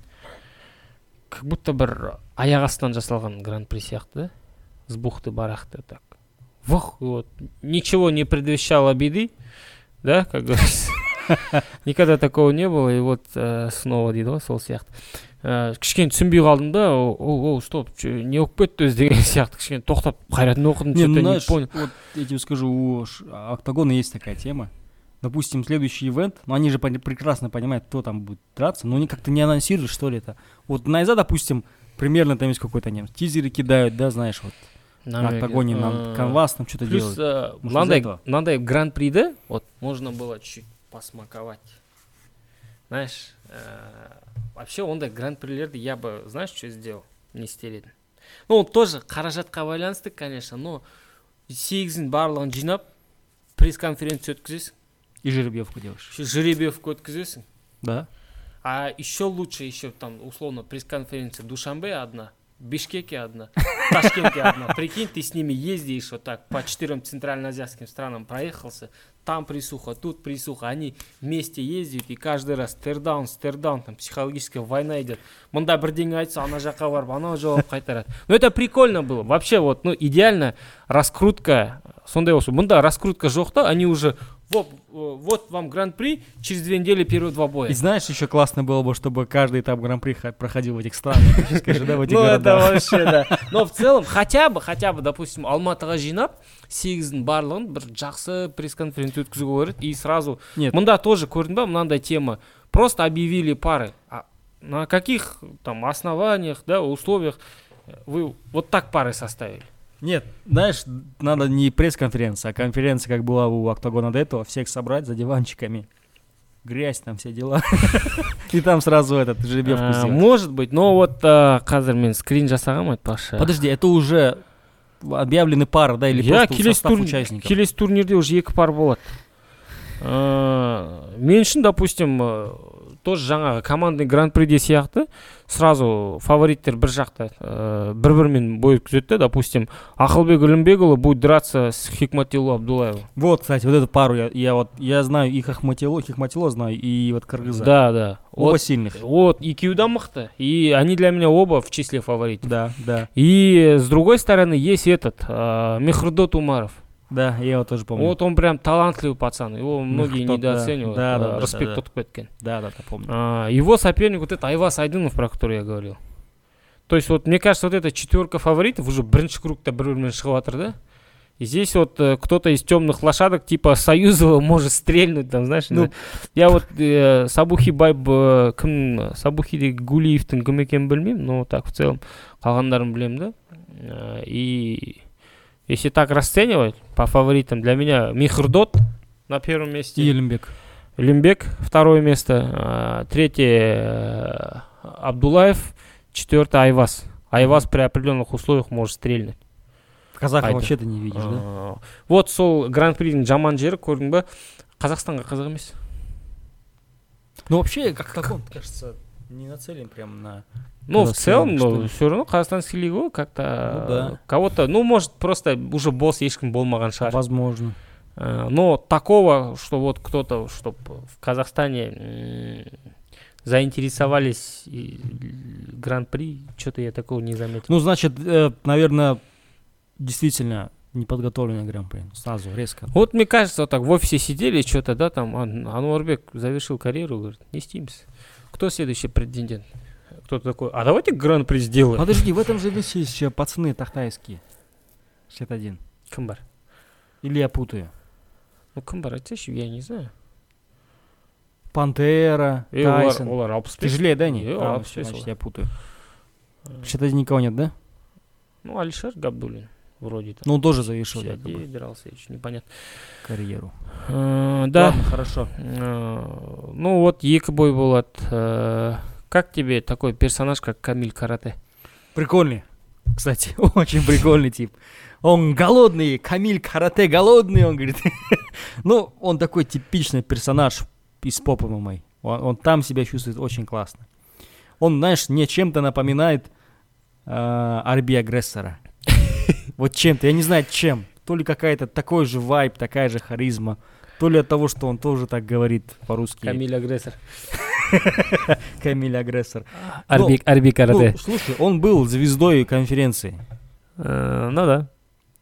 как будто бір аяқ астынан жасалған гран при сияқты да с бухты барахты так вух и вот ничего не предвещало беды да как говорится никогда такого не было и вот э, снова дейді ғой сол сияқты ыыы кішкене түсінбей қалдым да о о, о, стоп чё, не болып кетті өзі деген сияқты кішкене тоқтап қайратын оқыдым
Не,
что
ну,
то не
знаешь,
понял
вот я тебе скажу, у Ш- Октагона есть такая тема. Допустим, следующий ивент, но они же пони- прекрасно понимают, кто там будет драться, но они как-то не анонсируют, что ли это. Вот Найза, допустим, примерно там есть какой-то не знаю, тизеры кидают, да, знаешь, вот на
Норвегия.
Октагоне нам
Э,
канвас там что-то
Плюс
делают.
э,
Может,
мынандай
из-за этого?
мынандай гран-приді вот можно было чуть посмаковать. Знаешь, э, вообще ондай гран-прилерді я бы, знаешь, что сделал? Не стередім. Ну, ол тоже қаражатқа байланысты, конечно, но сегізін барлығын жинап, пресс-конференция өткізесің,
И жеребьевку делаешь.
еще жеребьевка өткізесің.
Да?
А еще лучше, еще там, условно, пресс-конференция в Душанбе одна, в Бишкеке одна, в Ташкенте одна. Прикинь, ты с ними ездишь вот так по четырем центральноазиатским странам проехался, там присуха, тут присуха, они вместе ездят, и каждый раз стердаун, стердаун, там психологическая война идет. Мында бірдеңе айтса, ана жаққа барып, анау жауап қайтарады. Но Ну, это прикольно было. Вообще вот, ну, идеально раскрутка, сондай осы. Мында раскрутка жоқ та, они уже, вот, вот вам гран-при, через две недели первые два боя.
И знаешь, еще классно было бы, чтобы каждый этап гран-при ха- проходил в этих странах, вообще скажи, да, в этих
Ну, это
городах.
вообще, да. Но в целом, хотя бы, хотя бы, допустим, Алматыға жинап, сегіздің барлығын бір жақсы пресс-конференция өткізуге болады. И сразу,
Нет,
мында тоже көрдің ба, мынандай тема. Просто объявили пары. А на каких там основаниях, да, условиях вы вот так пары составили?
Нет, знаешь, надо не пресс-конференция, а конференция, как была у Октагона до этого, всех собрать за диванчиками. Грязь там, все дела. И там сразу этот жеребьевку
А,
сделать.
может быть, но вот а, қазір мен скрин жасағам айтпақшы.
Подожди, это уже объявлены пара, да, или
Я
просто
келесі
состав
тур-
участников?
келесі турнирде уже екі пар болады Ә, мен үшін А, допустим ә, тоже жаңағы командный гран приде сияқты сразу фавориттер бір жақта ыыы бір бірімен бой өткізеді да допустим ақылбек үлімбекұлы будет драться с хикматиллу абдуллаевым
Вот, кстати, вот эту пару я, я вот я знаю и Хахматило, Хихматило знаю, и вот Кыргыза.
да да
Оба
вот,
сильных.
вот екеуі де мықты и они для меня оба в числе фаворитов
Да, да,
и э, с другой стороны есть этот э, мехрдот умаров
да, я его тоже помню.
вот он прям талантливый пацан его многие
Мехрдот, да.
недооценивают
Да, да,
э,
да,
респект
да, да.
тұтып кеткен
Да, да, да, помню.
А, его соперник вот это Айвас Айдынов, про который я говорил. То есть вот мне кажется, вот эта четверка фаворитов уже бірінші кругта бір-бірімен шығып жатыр да. И здесь вот э, кто-то из темных лошадок типа Союзова может стрельнуть там, знаешь.
Ну.
да. я вот э, Сабухи Байб э, кім Сабухи деген Гулиевтің кім екенін білмеймін, но ну, так в целом қалғандарын білемін да. Э, и если так расценивать по фаворитам, для меня Михрдот на первом месте.
И Элимбек.
Лимбек второе место, а, третье э, Абдулаев, четвертое Айвас. Айвас при определенных условиях может стрельнуть.
Казаха
Айда.
вообще ты не видишь, да?
А, Вот сол гран-придің жаман жері көрдің ба қазақстанға қызық емес
Ну вообще, как так он, кажется, не нацелен прям на...
Ну, в целом,
Казахстан, что ли?
все равно қазақстанский лига ғой, как-то
Ну да.
кого-то, ну, может, просто уже босс ешкім болмаған шығар.
Возможно.
Э, Но такого, что вот кто-то, чтобы в Казахстане м, заинтересовались и, э, гран-при, что-то я такого не заметил.
Ну, значит, э, наверное, действительно неподготовленный гран-при. Сразу, резко.
Вот мне кажется, вот так в офисе сидели что-то, да, там Ан- Ануарбек завершил карьеру, говорит, не стимся. Кто следующий претендент? Кто-то такой, а давайте гран-при сделаем.
Подожди, в этом же весе есть еще пацаны тахтайские. 61.
Кім бар?
Или я путаю.
Ну, кім бар айтсайшы, я не знаю.
Пантера,
Э,
Тайсон.
олар, олар алпыс бес.
Тяжелее, да, не?
Е,
А,
алпыс
всё,
бес
значит, я
олар.
путаю. Что-то никого нет, да?
Ну, Алишер Габдулин вроде там.
Ну, он тоже завершил
59
якобы
дрался, еще непонятно.
карьеру.
Э, да.
Ладно, хорошо.
Э, ну, вот екі бой болады. Э, как тебе такой персонаж, как Камиль Карате?
Прикольный. Кстати, очень прикольный тип. Он голодный, Камиль Карате голодный, он говорит. ну, он такой типичный персонаж из поп ММА. Он, он там себя чувствует очень классно. Он, знаешь, мне чем-то напоминает э, Арби Агрессора. вот чем-то, я не знаю чем. То ли какая-то такой же вайб, такая же харизма, то ли от того, что он тоже так говорит по-русски.
Камиль Агрессор.
Камиль Агрессор.
Арби, Арби Карате.
Ну, слушай, он был звездой конференции
Э, ну да.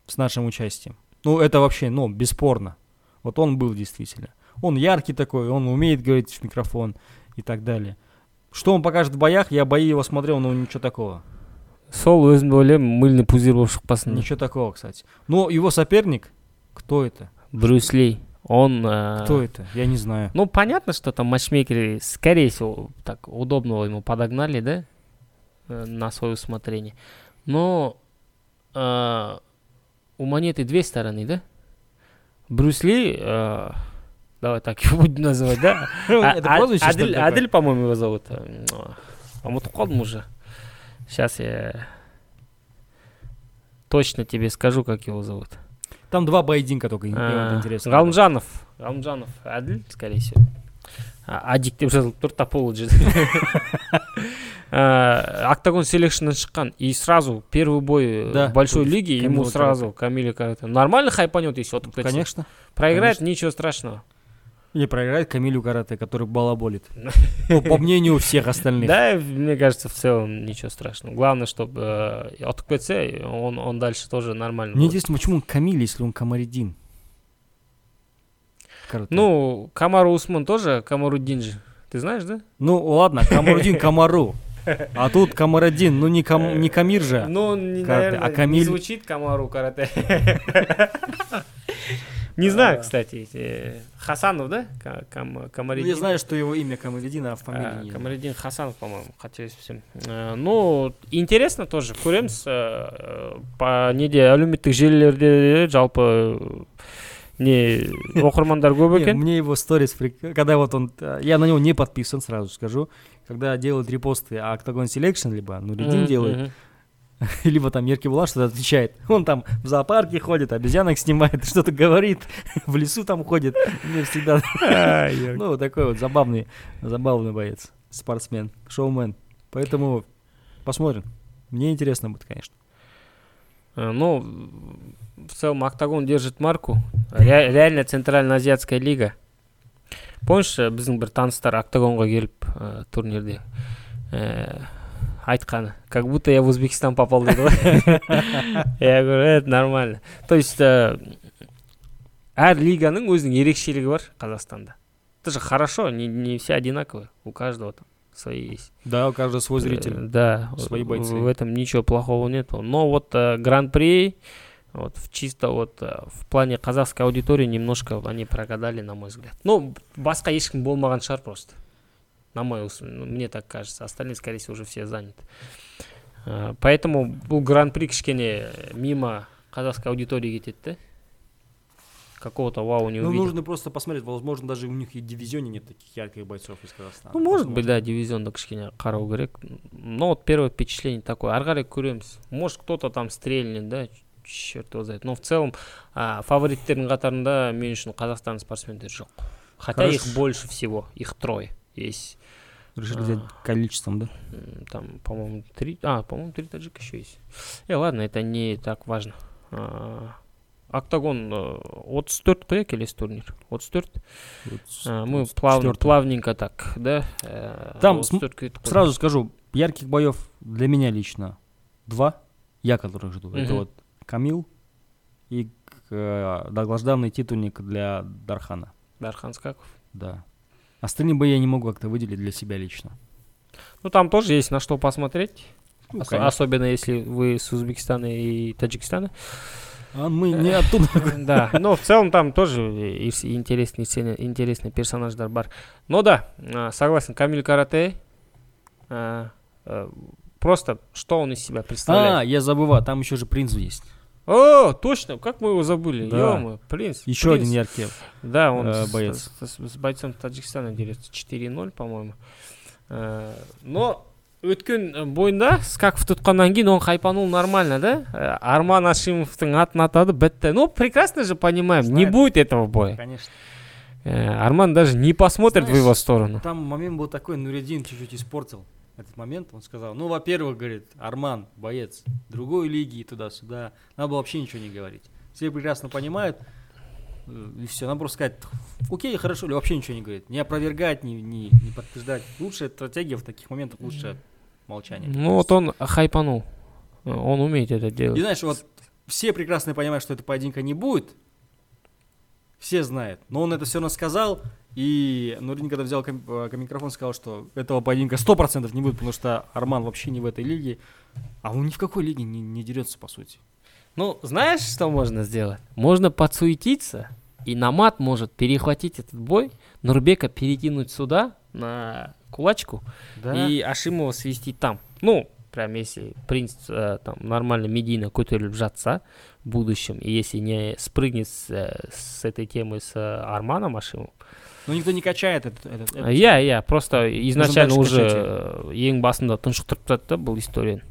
с нашим участием. Ну, это вообще, ну, бесспорно. Вот он был действительно. Он яркий такой, он умеет говорить в микрофон и так далее. Что он покажет в боях, я бои его смотрел, но ничего такого.
сол өзімді ойлаймын мыльный пузырь болып шықпасын деп.
Ничего такого, кстати. Но его соперник, кто это?
брюс ли он э,
Кто это? Я не знаю.
ну понятно что там матчмейкеры скорее всего так удобного ему подогнали да э, на свое усмотрение но э, у монеты две стороны да брюс ли э, давай так его будем называть да А-
Это
А-
прозвище, что ли,
Адель,
такое?
Адель, по-моему, его зовут. М, А вот он уже. Сейчас я точно тебе скажу, как его зовут.
Там два поединка только, и вот
А,
интересно.
Галымжанов. Галымжанов. Әділ, скорее всего. А, Адик деп жазылып тұр топологи А, Октагон селекшннан шыққан и сразу первый бой
Да,
э, в большой
против
лиге ему
Камила
сразу Камиля Карата. Нормально хайпанет, если вот кстати,
Конечно.
проиграет, ничего страшного.
Не проиграет Камилю Карате, который балаболит. Ну, по мнению всех остальных.
Да, мне кажется, в целом ничего страшного. Главное, чтобы э, от КЦ он, он дальше тоже нормально.
Мне
будет.
интересно, почему он Камиль, если он Камаридин? Карате.
Ну, Камару Усман тоже, Камару Динджи. Ты знаешь, да?
Ну, ладно, Камарудин Камару. А тут Камарадин, ну не, кам, не Камир же.
Ну, он, не-
Карате. А
наверное, не
Камиль?
звучит Камару Карате. Не знаю, кстати. э, Хасанов, да? Ка- Кам- Камариддин.
Ну, Я знаю, что его имя Камаридин, а
А,
фамилия не
Камариддин Хасанов, по-моему, қателеспесем Э, ну интересно тоже көреміз э, по неде әлеуметтік желілерде жалпы э, не оқырмандар көп
Не,
екен
Мне его сторис, прик- когда вот он, э, я на него не подписан, сразу скажу, когда делают репосты Octagon а Selection, либо Нуридин
Мгм,
делает,
мгм.
либо там Ерки Булаш что-то отвечает. Он там в зоопарке ходит, обезьянок снимает, что-то говорит, в лесу там ходит. Мне всегда... Ну, вот такой вот забавный, забавный боец, спортсмен, шоумен. Поэтому посмотрим. Мне интересно будет, конечно.
Э, Ну, в целом Октагон держит марку. Ре- реально Центральноазиатская лига. Помнишь, э, біздің бір таныстар Октагонға келіп э, турнирде э, айтқаны, как будто я в Узбекистан попал, деді ғой. Я говорю, это нормально. То есть, э, әр лиганың өзінің ерекшелігі бар Қазақстанда. Это же хорошо, не, не все одинаковые, у каждого там свои есть.
Да, у каждого свой
Э,
зритель.
Да,
свои
в-
бойцы.
В этом ничего плохого нету. Но вот э, гран-при, вот в чисто вот э, в плане казахской аудитории немножко они прогадали, на мой взгляд. Ну, басқа ешкім болмаған шығар просто. На мой ус- ну, мне так кажется. Остальные, скорее всего, уже все заняты. Э, Поэтому бұл гран-при кішкене мимо казахской аудитории кетеді да? Какого-то вау не
Ну,
увидел.
нужно просто посмотреть, возможно, даже у них и в дивизионе нет таких ярких бойцов из Казахстана.
Ну, может быть,
Посмотрим.
да, дивизионда кішкене қарау керек. Но вот первое впечатление такое. Ары қарай көреміз. Может, кто-то там стрельнет, да, черт его знает. Но в целом а, фавориттердің қатарында мен үшін Қазақстан спортсмендері жоқ. Хотя их
Хорошо.
больше всего, их трое есть.
Решили взять количеством, да?
М, Там, по-моему, три, а, по-моему, три таджика еще есть. Э, ладно, это не так важно. А, Октагон э, 34 қой келесі турнир 34
Вот с-
А, мы
с-
плавн-
четвёртым.
плавненько так да э,
Там см-
34 -ке это
Сразу скажу, ярких боев для меня лично два, я которых жду. Это
Мгм.
вот Камил и э, долгожданный титульник для Дархана.
Дархан Скаков.
Да. Остальные бои я не могу как-то выделить для себя лично.
Ну, там тоже есть на что посмотреть.
Ну,
Ос-
конечно.
особенно если вы с Узбекистана и Таджикистана.
А мы не оттуда.
Да, но в целом там тоже и с- интересный, сцена- интересный персонаж Дарбар. Ну да, а, согласен, Камиль Карате. а, а, Просто, что он из себя
А,
представляет?
я забываю, там еще же принц есть.
О, точно, как мы его забыли.
Да.
Ё-моё, принц.
Еще
принц.
один яркий.
Да, он
э,
с,
боец.
с- с- с бойцом Таджикистана дерется 4-0, по-моему. Э, Но өткен э, бойында Скаков тұтқаннан кейін он хайпанул нормально, да? Э, Арман Ашимовтың атын атады, бітті. Ну, прекрасно же понимаем, не
Знает.
будет этого боя.
Конечно.
Э, Арман даже не посмотрит в
Знаешь,
его сторону.
Там момент был такой, Нуридин чуть-чуть испортил этот момент. Он сказал, ну, во-первых, говорит, Арман, боец другой лиги и туда-сюда. Надо было вообще ничего не говорить. Все прекрасно понимают. э, И все, надо просто сказать, окей, хорошо, или вообще ничего не говорит. Не опровергать, не, не, не подтверждать. Лучшая стратегия в таких моментах, лучше молчание.
Ну, вот он хайпанул. Э, Он умеет это
И
делать.
знаешь, вот все прекрасно понимают, что это поединка не будет. Все знают. Но он это все равно сказал. И Нурин, когда взял ком- э, ком- микрофон, сказал, что этого поединка 100% не будет, потому что Арман вообще не в этой лиге. А он ни в какой лиге не, не дерется, по сути.
Ну, знаешь, что можно сделать? Можно подсуетиться, и Намат может перехватить этот бой, Нурбека перекинуть сюда, на кулачку,
И
и Ашимова свести там. Ну, прям если принц э, там нормально медийно көтеріліп жатса в будущем, и если не спрыгнет с, э, с этой темы с э, Арманом Ашимовым. а
Но ну, никто не качает этот... этот- этот-
Я, я, просто изначально
дальше
уже
качать
э, ең басында тұншықтырып тұрады да бұл историяны.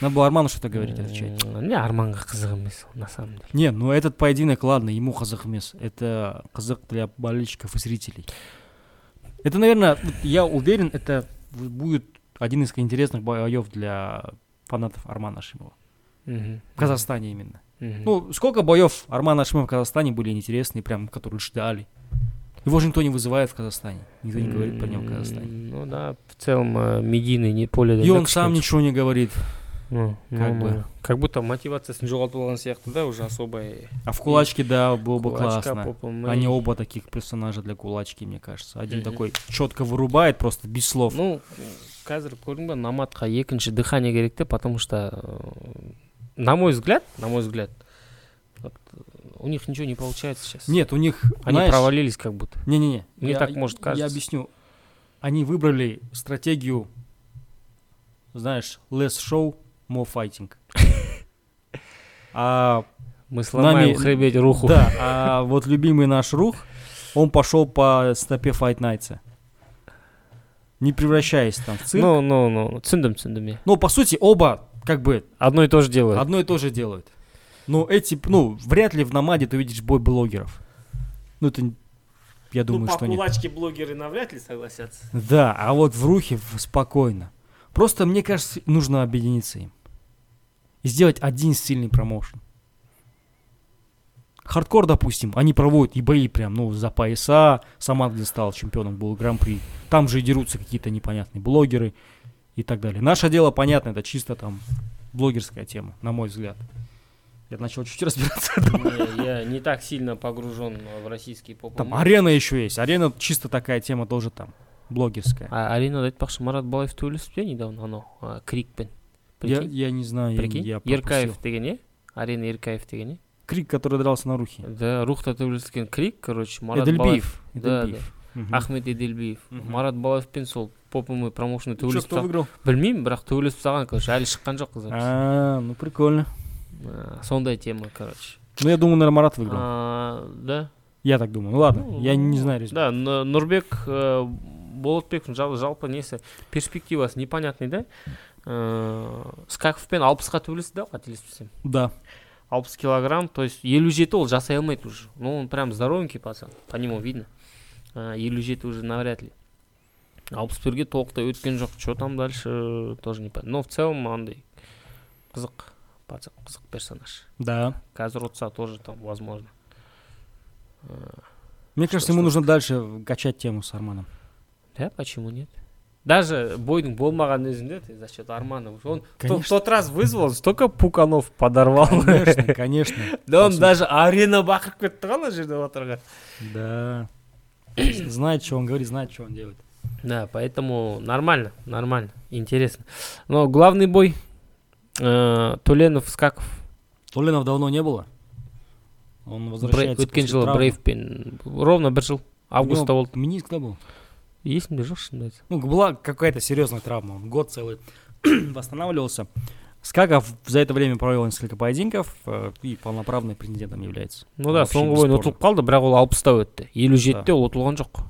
Надо было Арману что-то говорить, а отвечать.
М, Не, Арманға қызық емес, на самом деле.
Не, ну этот поединок, ладно, ему казахмес. Это казах для болельщиков и зрителей. Это, наверное, вот я уверен, это в- будет один из интересных боев для фанатов Армана Шимова.
Мгм.
В Казахстане именно.
Мгм.
Ну, сколько боев Армана Шимова в Казахстане были интересные, прям, которые ждали. Его же никто не вызывает в Казахстане. Никто не говорит про него в Казахстане.
М, Ну да, в целом э, медийный не поле.
И он сам ничего не говорит.
Ну,
Как бы.
нормально. Как будто мотивациясын жоғалтып алған сияқты да уже особой
А в кулачке, да, было бы
кулачка
классно.
попы-мы.
Они оба таких персонажа для кулачки, мне кажется. Один
Мгм.
такой четко вырубает, просто без слов.
ну қазір көрдің ба наматқа екінші дыхание керек те потому что э, на мой взгляд на мой взгляд вот, э, у них ничего не получается сейчас
Нет, у них...
они
знаешь,
провалились как будто
Не-не-не.
Мне так, может, кажется.
Я объясню. Они выбрали стратегию, знаешь, less show, more fighting. А,
мы сломаем
нами-
хребет руху
да, а вот любимый наш Рух, он пошел по стопе Fight Nights. Не превращаясь там в цирк.
ну ну ну түсіндім түсіндім иә
Но, по сути, оба Как бы
Одно и то же делают.
одно и то же делают. Но эти, ну, вряд ли в Намаде ты увидишь бой блогеров. Ну, это, н- я думаю,
ну, по
что нет.
кулачке блогеры навряд ли согласятся.
Да, а вот в рухе в- спокойно. Просто, мне кажется, нужно объединиться им. И сделать один сильный промоушен. Хардкор, допустим, они проводят и бои прям, ну, за пояса. Самат, где стал чемпионом, был гран-при. Там же и дерутся какие-то непонятные блогеры и так далее. Наше дело, понятно, это чисто там блогерская тема, на мой взгляд. Я начал чуть разбираться.
Не, Я не так сильно погружен в российский поп.
Там арена еще есть. Арена чисто такая тема тоже там, блогерская.
А, Арина айтпақшы марат балаев төбелесіпті недавно анау а, крикпен
Я,
прикинь
я не знаю, я,
прикинь
я пропустил.
еркаев деген иә арина еркаев деген иә
Крик, который дрался на рухе.
да рухта төбелескен крик короче марат балаев
Эдельбиев.
Да,
Эдельбиев. Мгм.
ахмет эдельбиев
Мгм.
марат балаевпен сол поп мм промоушнда
Ну чё,
төбелесіп
кто
тастаған.
выиграл?
білмеймін бірақ төбелесіп тастаған короче әлі шыққан жоқ запись
А, ну прикольно.
А, сондай тема короче
Ну я думаю, наверное, Марат выиграл.
А, да
Я так думаю. Ну ладно,
Ну,
я не знаю результат.
да Н- нұрбек э, болотбековтің жал- жалпы несі перспективасы непонятный да ыыы скаковпен алпысқа төбелесті да қателеспесем
Да.
60 килограмм, то есть елу жеті ол жасай алмайды уже. Ну, он прям здоровенький пацан, по нему видно. А, елу жеті уже навряд ли. А алпыс бірге толықтай өткен жоқ. Что там дальше, э, тоже не понятно. Но в целом андай қызық пацан, қызық персонаж.
Да.
Қазір ұтса тоже там возможно. А,
Мне
Что,
кажется, ему
что?
нужно дальше качать тему с Арманом.
Да, почему нет? Даже бойдың болмаған өзінде ты за счет Армана уже он в тот-
Конечно.
тот раз вызвал столько пуканов подорвал
Конечно, конечно.
да он
Абсолютно.
даже арена бақырып кетті ғой ана жерде отырған
Да. Знает, что он говорит, знает, что он делает.
Да, поэтому нормально, нормально, интересно. Но главный бой э, Туленов Скаков.
Туленов давно не было. Он
Брей-
возвращается. Ну,
Өткен жылы Брейвпен ровно бір жыл августа болды.
Миниск был.
Есімде жоқ шынымды айтсам.
Ну, была какая-то серьезная травма. Он Год целый восстанавливался. Скаков за это время провел несколько поединков э, и полноправным президентом является.
Ну да,
Вообще
соңғы бойын
бесспорно.
ұтылып қалды, бірақ ол алпыста өтті. елу жетіде ол ұтылған жоқ.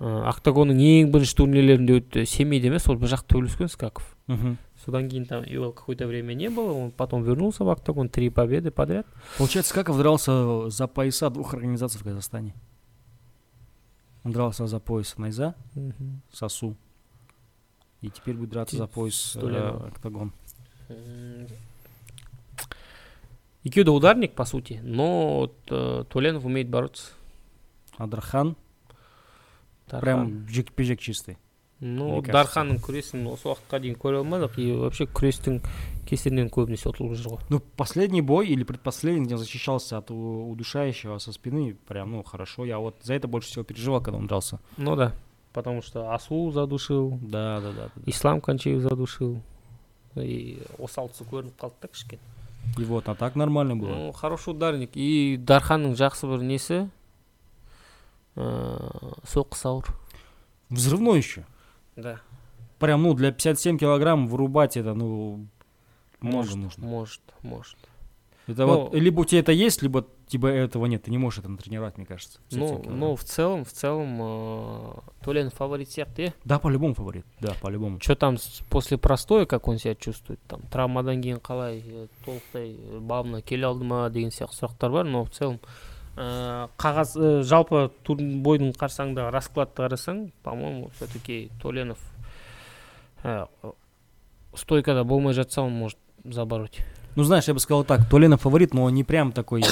Э, Октагонның ең бірінші турнирлерінде өтті. Семейде емес, ол бір жақ төбелескен Скаков.
Мгм.
Содан кейін там его какое-то время не было, он потом вернулся в Октагон, три победы подряд.
Получается, Скаков дрался за пояса двух организаций в Казахстане. Он дрался за пояс Найза,
Мгм.
Сосу. И теперь будет драться
Ти-
за пояс
Туленова.
э, Октагон.
М, Икюда ударник, по сути, но вот, э, Туленов умеет бороться.
Адархан
Дархан.
прям жекпе-жек чистый. мне
ну,
кажется.
Дарханның күресін осы уақытқа дейін көре алмадық и вообще күрестің кесірінен көбінесе ұтылып жүр ғой
Ну, последний бой или предпоследний, где он защищался от у- удушающего со спины, прям, ну, хорошо. Я вот за это больше всего переживал, когда он дрался.
ну да потому что асу задушил
Да, да, да.
ислам кончиев задушил и осал тұсы көрініп қалды да кішкене
И вот, а так нормально было.
ну хороший ударник и дарханның жақсы бір несі э, ыыы соққысы ауыр
Взрывной еще.
да
Прям, ну, для 57 килограмм вырубать это, ну, много нужно.
может Ну. может
Это
Ну-
вот, либо у тебя это есть, либо тебя этого нет. Ты не можешь это натренировать, мне кажется. 57
ну,
килограмм.
ну в целом в целом э, ыыы толенов фаворит сияқты иә
Да, по-любому фаворит. Да, по-любому.
что там с- после простоя как он себя чувствует там травмадан кейін қалай э, толықтай э, бабына келе алды ма деген сияқты сұрақтар бар но в целом э, қағаз э, жалпы тур- бойдың қарсаңдағы раскладты қарасаң по моему все таки толенов э, стойкада болмай жатса он может забороть
Ну, знаешь, я бы сказал так, Толина фаворит, но он не прям такой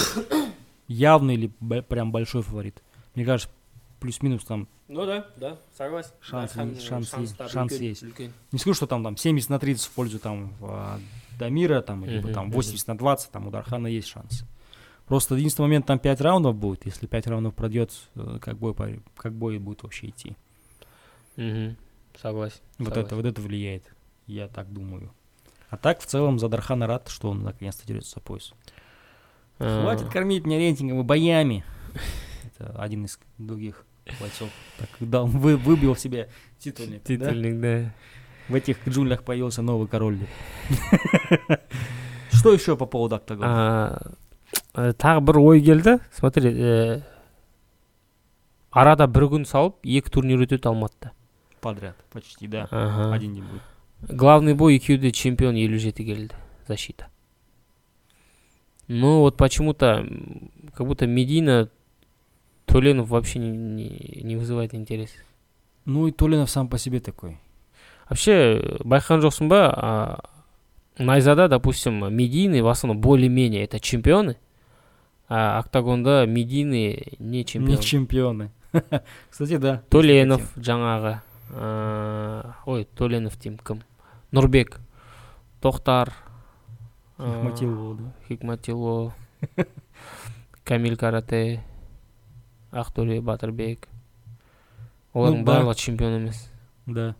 явный или б- прям большой фаворит. Мне кажется, плюс-минус там
Ну да, да, согласен.
Шанс
Дархан,
есть, шанс
шанс
есть,
тар-
шанс
үлкен,
есть.
үлкен.
Не скажу, что там, там 70 на 30 в пользу там а, Дамира, там, либо
Мгм,
там
мгм.
80 на 20, там у Дархана есть шанс. Просто единственный момент, там 5 раундов будет. Если 5 раундов пройдет, э, как бой, по- как бой будет вообще идти.
Мгм. согласен
Вот
согласен.
это, вот это влияет, я так думаю. А так, в целом, за Дархана рад, что он наконец-то дерется за пояс.
Э,
Хватит кормить меня рейтингом и боями. Это один из других бойцов. Так, да, он вы, выбил себе титульник. да?
титульник да
В этих джунглях появился новый король. Что еще по поводу октагона?
А, э, тағы бір ой келді смотри э, арада бір күн салып екі турнир өтеді алматыда
Подряд. Почти, да.
Ага.
Один день будет.
главный бой EQD чемпион 57 келді защита ну вот почему-то м, как будто медина Туленов вообще не, не- не вызывает интерес
Ну и Толинов сам по себе такой.
вообще э, байқан жоқсың ба а, найзада допустим медийный в основном более-менее это чемпионы а октагонда медийные не чемпионы
Не чемпионы. Кстати, да.
төленов жаңағы ыыы, ой төленов деймін кім нұрбек тоқтар ыыы,
Ахматилов был, да.
хикматило камиль карате ақтөре батырбек олардың
Ну, да.
барлығы чемпион емес
Да.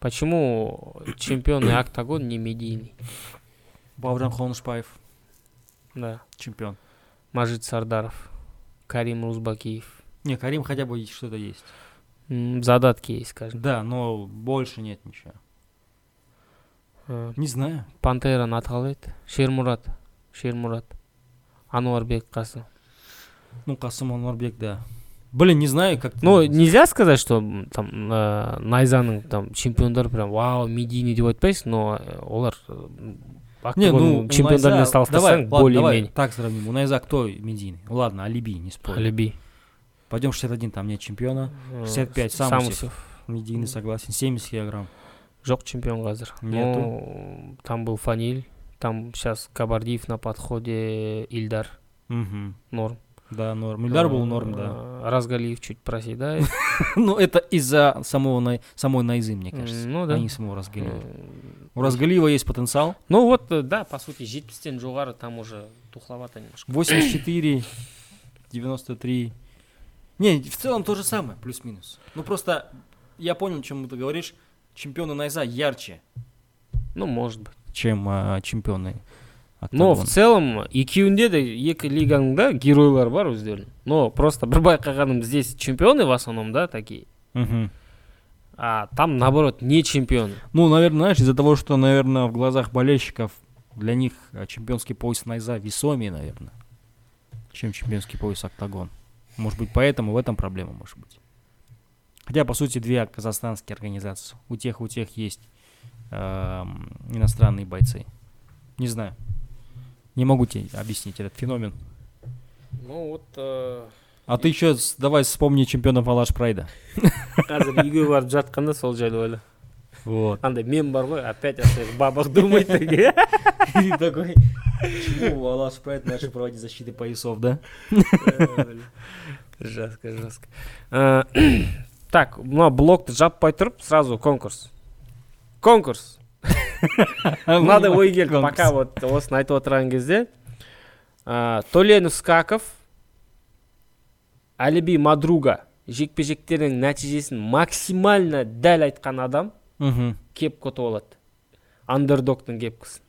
почему чемпионы октагон не медийный
Бауыржан Қонышбаев
да
чемпион.
мажит сардаров карим рузбакиев
Не, Карим хотя бы есть что-то есть.
М, задатки есть скажем
Да, но больше нет ничего.
Э,
Не знаю.
пантераны атқалайды шермұрат шермұрат ануарбек қасым
Ну, Касым Анварбек, да. Блин, не знаю, как...
Ну, нельзя сказать, что м, там э, Найзаның там чемпиондары прям вау, медийный деп айтпайсың, но э, олар э,
не,
октагонның
ну,
чемпиондарымен салыстырсаң более-менее.
так сравним. У Найза кто медийный? Ладно, Алиби, не спорь.
Люби.
Пойдем 61, там нет чемпиона.
Э,
65
С-
Самусев.
Самусев.
Медийный, согласен. 70 килограмм.
Жоқ чемпион қазір.
Нету.
Ну, там был Фаниль, там сейчас Кабардиев на подходе, Ильдар
Мгм.
норм.
Да, норм. Ильдар был
Э,
норм, да.
э, Разгалиев чуть проседает.
Ну, это из-за самого Най- самой Найзы, мне кажется.
М, ну да.
А не самого Разгалиева.
Э,
У Разгалиева есть потенциал.
Ну вот, э, да, по сути, жетпістен жоғары там уже тухловато немножко.
84, 93. Не, в целом то же самое, плюс-минус. Ну, просто я понял, о чем ты говоришь. Чемпионы Найза ярче,
Ну, может быть.
чем а, чемпионы
но
Октагона.
в целом екеуінде де екі лиганың да геройлары бар өздерінің но просто бір байқағаным здесь чемпионы в основном да такие
Мгм.
а там наоборот не чемпионы
Ну, наверное, знаешь, из-за того, что, наверное, в глазах болельщиков для них а, чемпионский пояс Найза весомее, наверное, чем чемпионский пояс Октагон. Может быть, поэтому в этом проблема, может быть. Хотя, по сути, две казахстанские организации. У тех, у тех есть эм, иностранные бойцы. Не знаю. Не могу тебе объяснить этот феномен.
ну вот э,
А ты еще давай вспомни чемпионов Алаш Прайда.
қазір үйге барып жатқанда сол жайлы ойла
Вот.
андай мен бар ғой опять о своих бабах думает такие.
И такой, почему Алаш Прайд начал проводить защиты поясов, да? э,
жестко жестко Э, так мына блокты жаппай тұрып сразу конкурс конкурс
А,
мынадай ой келді пока вот осыны айтып отырған кезде ә, төленов скаков әліби мадруга жекпе жектерінің нәтижесін максимально дәл айтқан адам
Мгм.
кепкоты болады андердогтың кепкісі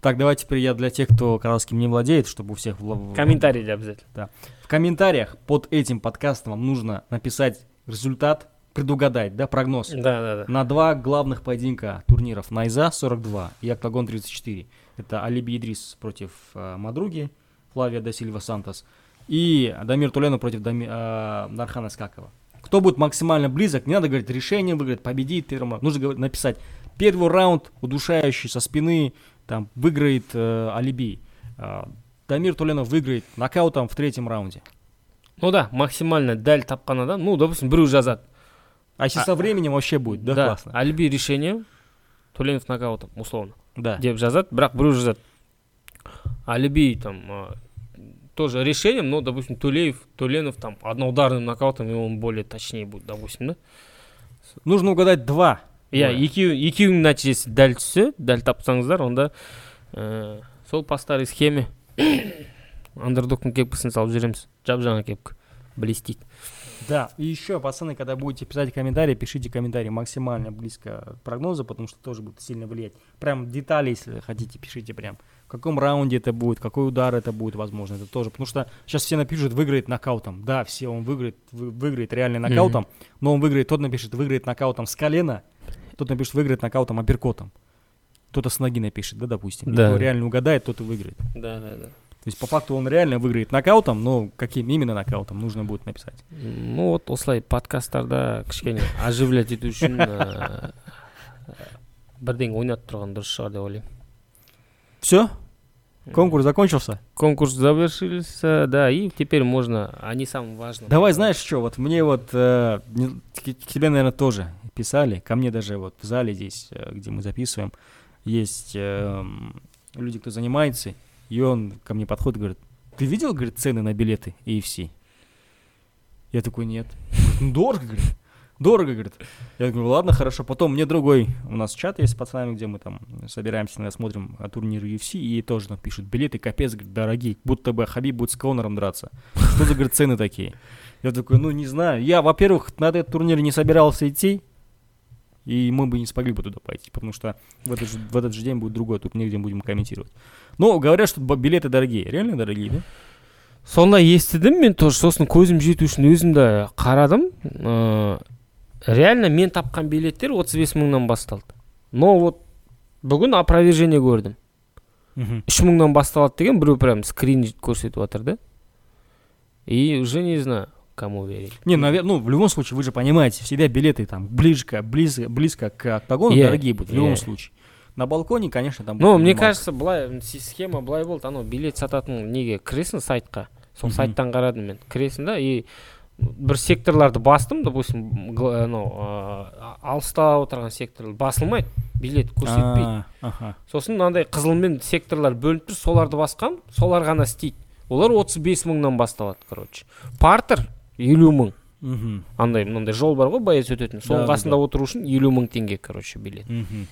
Так, давайте теперь я для тех, кто казахским не владеет, чтобы у всех... вла-
комментарийде обязательно
В комментариях под этим подкастом вам нужно написать результат, предугадать, да, прогноз.
да да да
На два главных поединка турниров Найза 42 и Октагон 34. Это Алиби Идрис против э, Мадруги, Флавия да Сильва Сантос и Дамир Туленов против Дами- э, Дархана Скакова. Кто будет максимально близок, не надо говорить решение выиграть, победит в первом раунде. Нужно говорить- написать первый раунд, удушающий со спины, там выиграет э, Алиби. Э, Дамир Туленов выиграет нокаутом в третьем раунде.
ну да максимально дәл тапқан адам ну допустим біреу жазады
А если
А-
со временем вообще будет, да, классно?
әліби решением төленов нокаутом условно
Да.
деп жазады бірақ біреу жазады әліби там а, тоже решением но допустим төлеев төленов там одноударным нокаутом и он более точнее будет допустим да
Нужно угадать два.
иә
Ой.
екеуі екеуінің нәтижесі дәл түссе дәл тапсаңыздар онда ә, сол по старой схеме андердогтың кепкісін салып жібереміз жап жаңа кепка блестит
Да, и еще, пацаны, когда будете писать комментарии, пишите комментарии максимально близко к прогнозу, потому что тоже будет сильно влиять. Прям детали, если хотите, пишите прям. В каком раунде это будет, какой удар это будет, возможно, это тоже. Потому что сейчас все напишут, выиграет нокаутом. Да, все, он выиграет, вы- выиграет реально
Мгм.
нокаутом, но он выиграет, тот напишет, выиграет нокаутом с колена, тот напишет, выиграет нокаутом апперкотом. Кто-то с ноги напишет, да, допустим. И
Да.
Кто реально угадает, тот и выиграет.
да да да
То есть по факту он реально выиграет нокаутом, но каким именно нокаутом нужно будет написать.
ну э, вот осылай подкасттарда кішкене оживлять ету үшін ә, бірдеңе ойнатып тұрған дұрыс шығар деп ойлаймын
Все? Конкурс закончился?
конкурс завершился да и теперь можно о не самом важном
Давай, знаешь что, вот мне вот, э, не- к к тебе, наверное, тоже писали, ко мне даже вот в зале здесь, э, где мы записываем, есть э, м, люди, кто занимается, и он ко мне подходит и говорит, ты видел, говорит, цены на билеты EFC? Я такой, нет. Говорит, «Ну, дорого, говорит. Дорого, говорит. Я говорю, ладно, хорошо. Потом мне другой, у нас чат есть с пацанами, где мы там собираемся, иногда смотрим а, турнир UFC, и тоже там пишут, билеты капец, говорит, дорогие, будто бы Хабиб будет с Конором драться. Что за, говорит, цены такие? Я такой, ну, не знаю. Я, во-первых, на этот турнир не собирался идти, и мы бы не смогли бы туда пойти, потому что в этот же, в этот же день будет другой турнир, где мы будем комментировать. Но говорят, что б- билеты дорогие. Реально дорогие, да?
сондай естідім мен тоже сосын көзім жету үшін өзімді қарадым ыыы реально мен тапқан билеттер 35 бес мыңнан басталды но вот бүгін опровержение көрдім үш мыңнан басталады деген біреу прям скрин көрсетіп жатыр да и уже не знаю кому верить
Не, наверное, ну, в любом случае, вы же понимаете, всегда билеты там близко, близко, близко к октагону
Yeah,
дорогие будут, в любом
yeah.
случае. На балконе, конечно, там...
ну
будет
мне
минималка.
кажется былай м, си- схема былай болды анау билет сататын неге кіресің сайтқа сол
Мгм.
сайттан қарадым мен кіресің да и бір секторларды бастым допустим гла- анау ыыы, алыста отырған сектор басылмайды билет
А,
көрсетпейді
ага.
сосын мынандай қызылмен секторлар бөлініп тұр соларды басқан солар ғана істейді олар 35 бес мыңнан басталады короче партер елу мың
Мгм,
андай мынандай жол бар ғой боец өтетін соның
Да, да,
қасында отыру үшін елу мың теңге короче билет
мгм.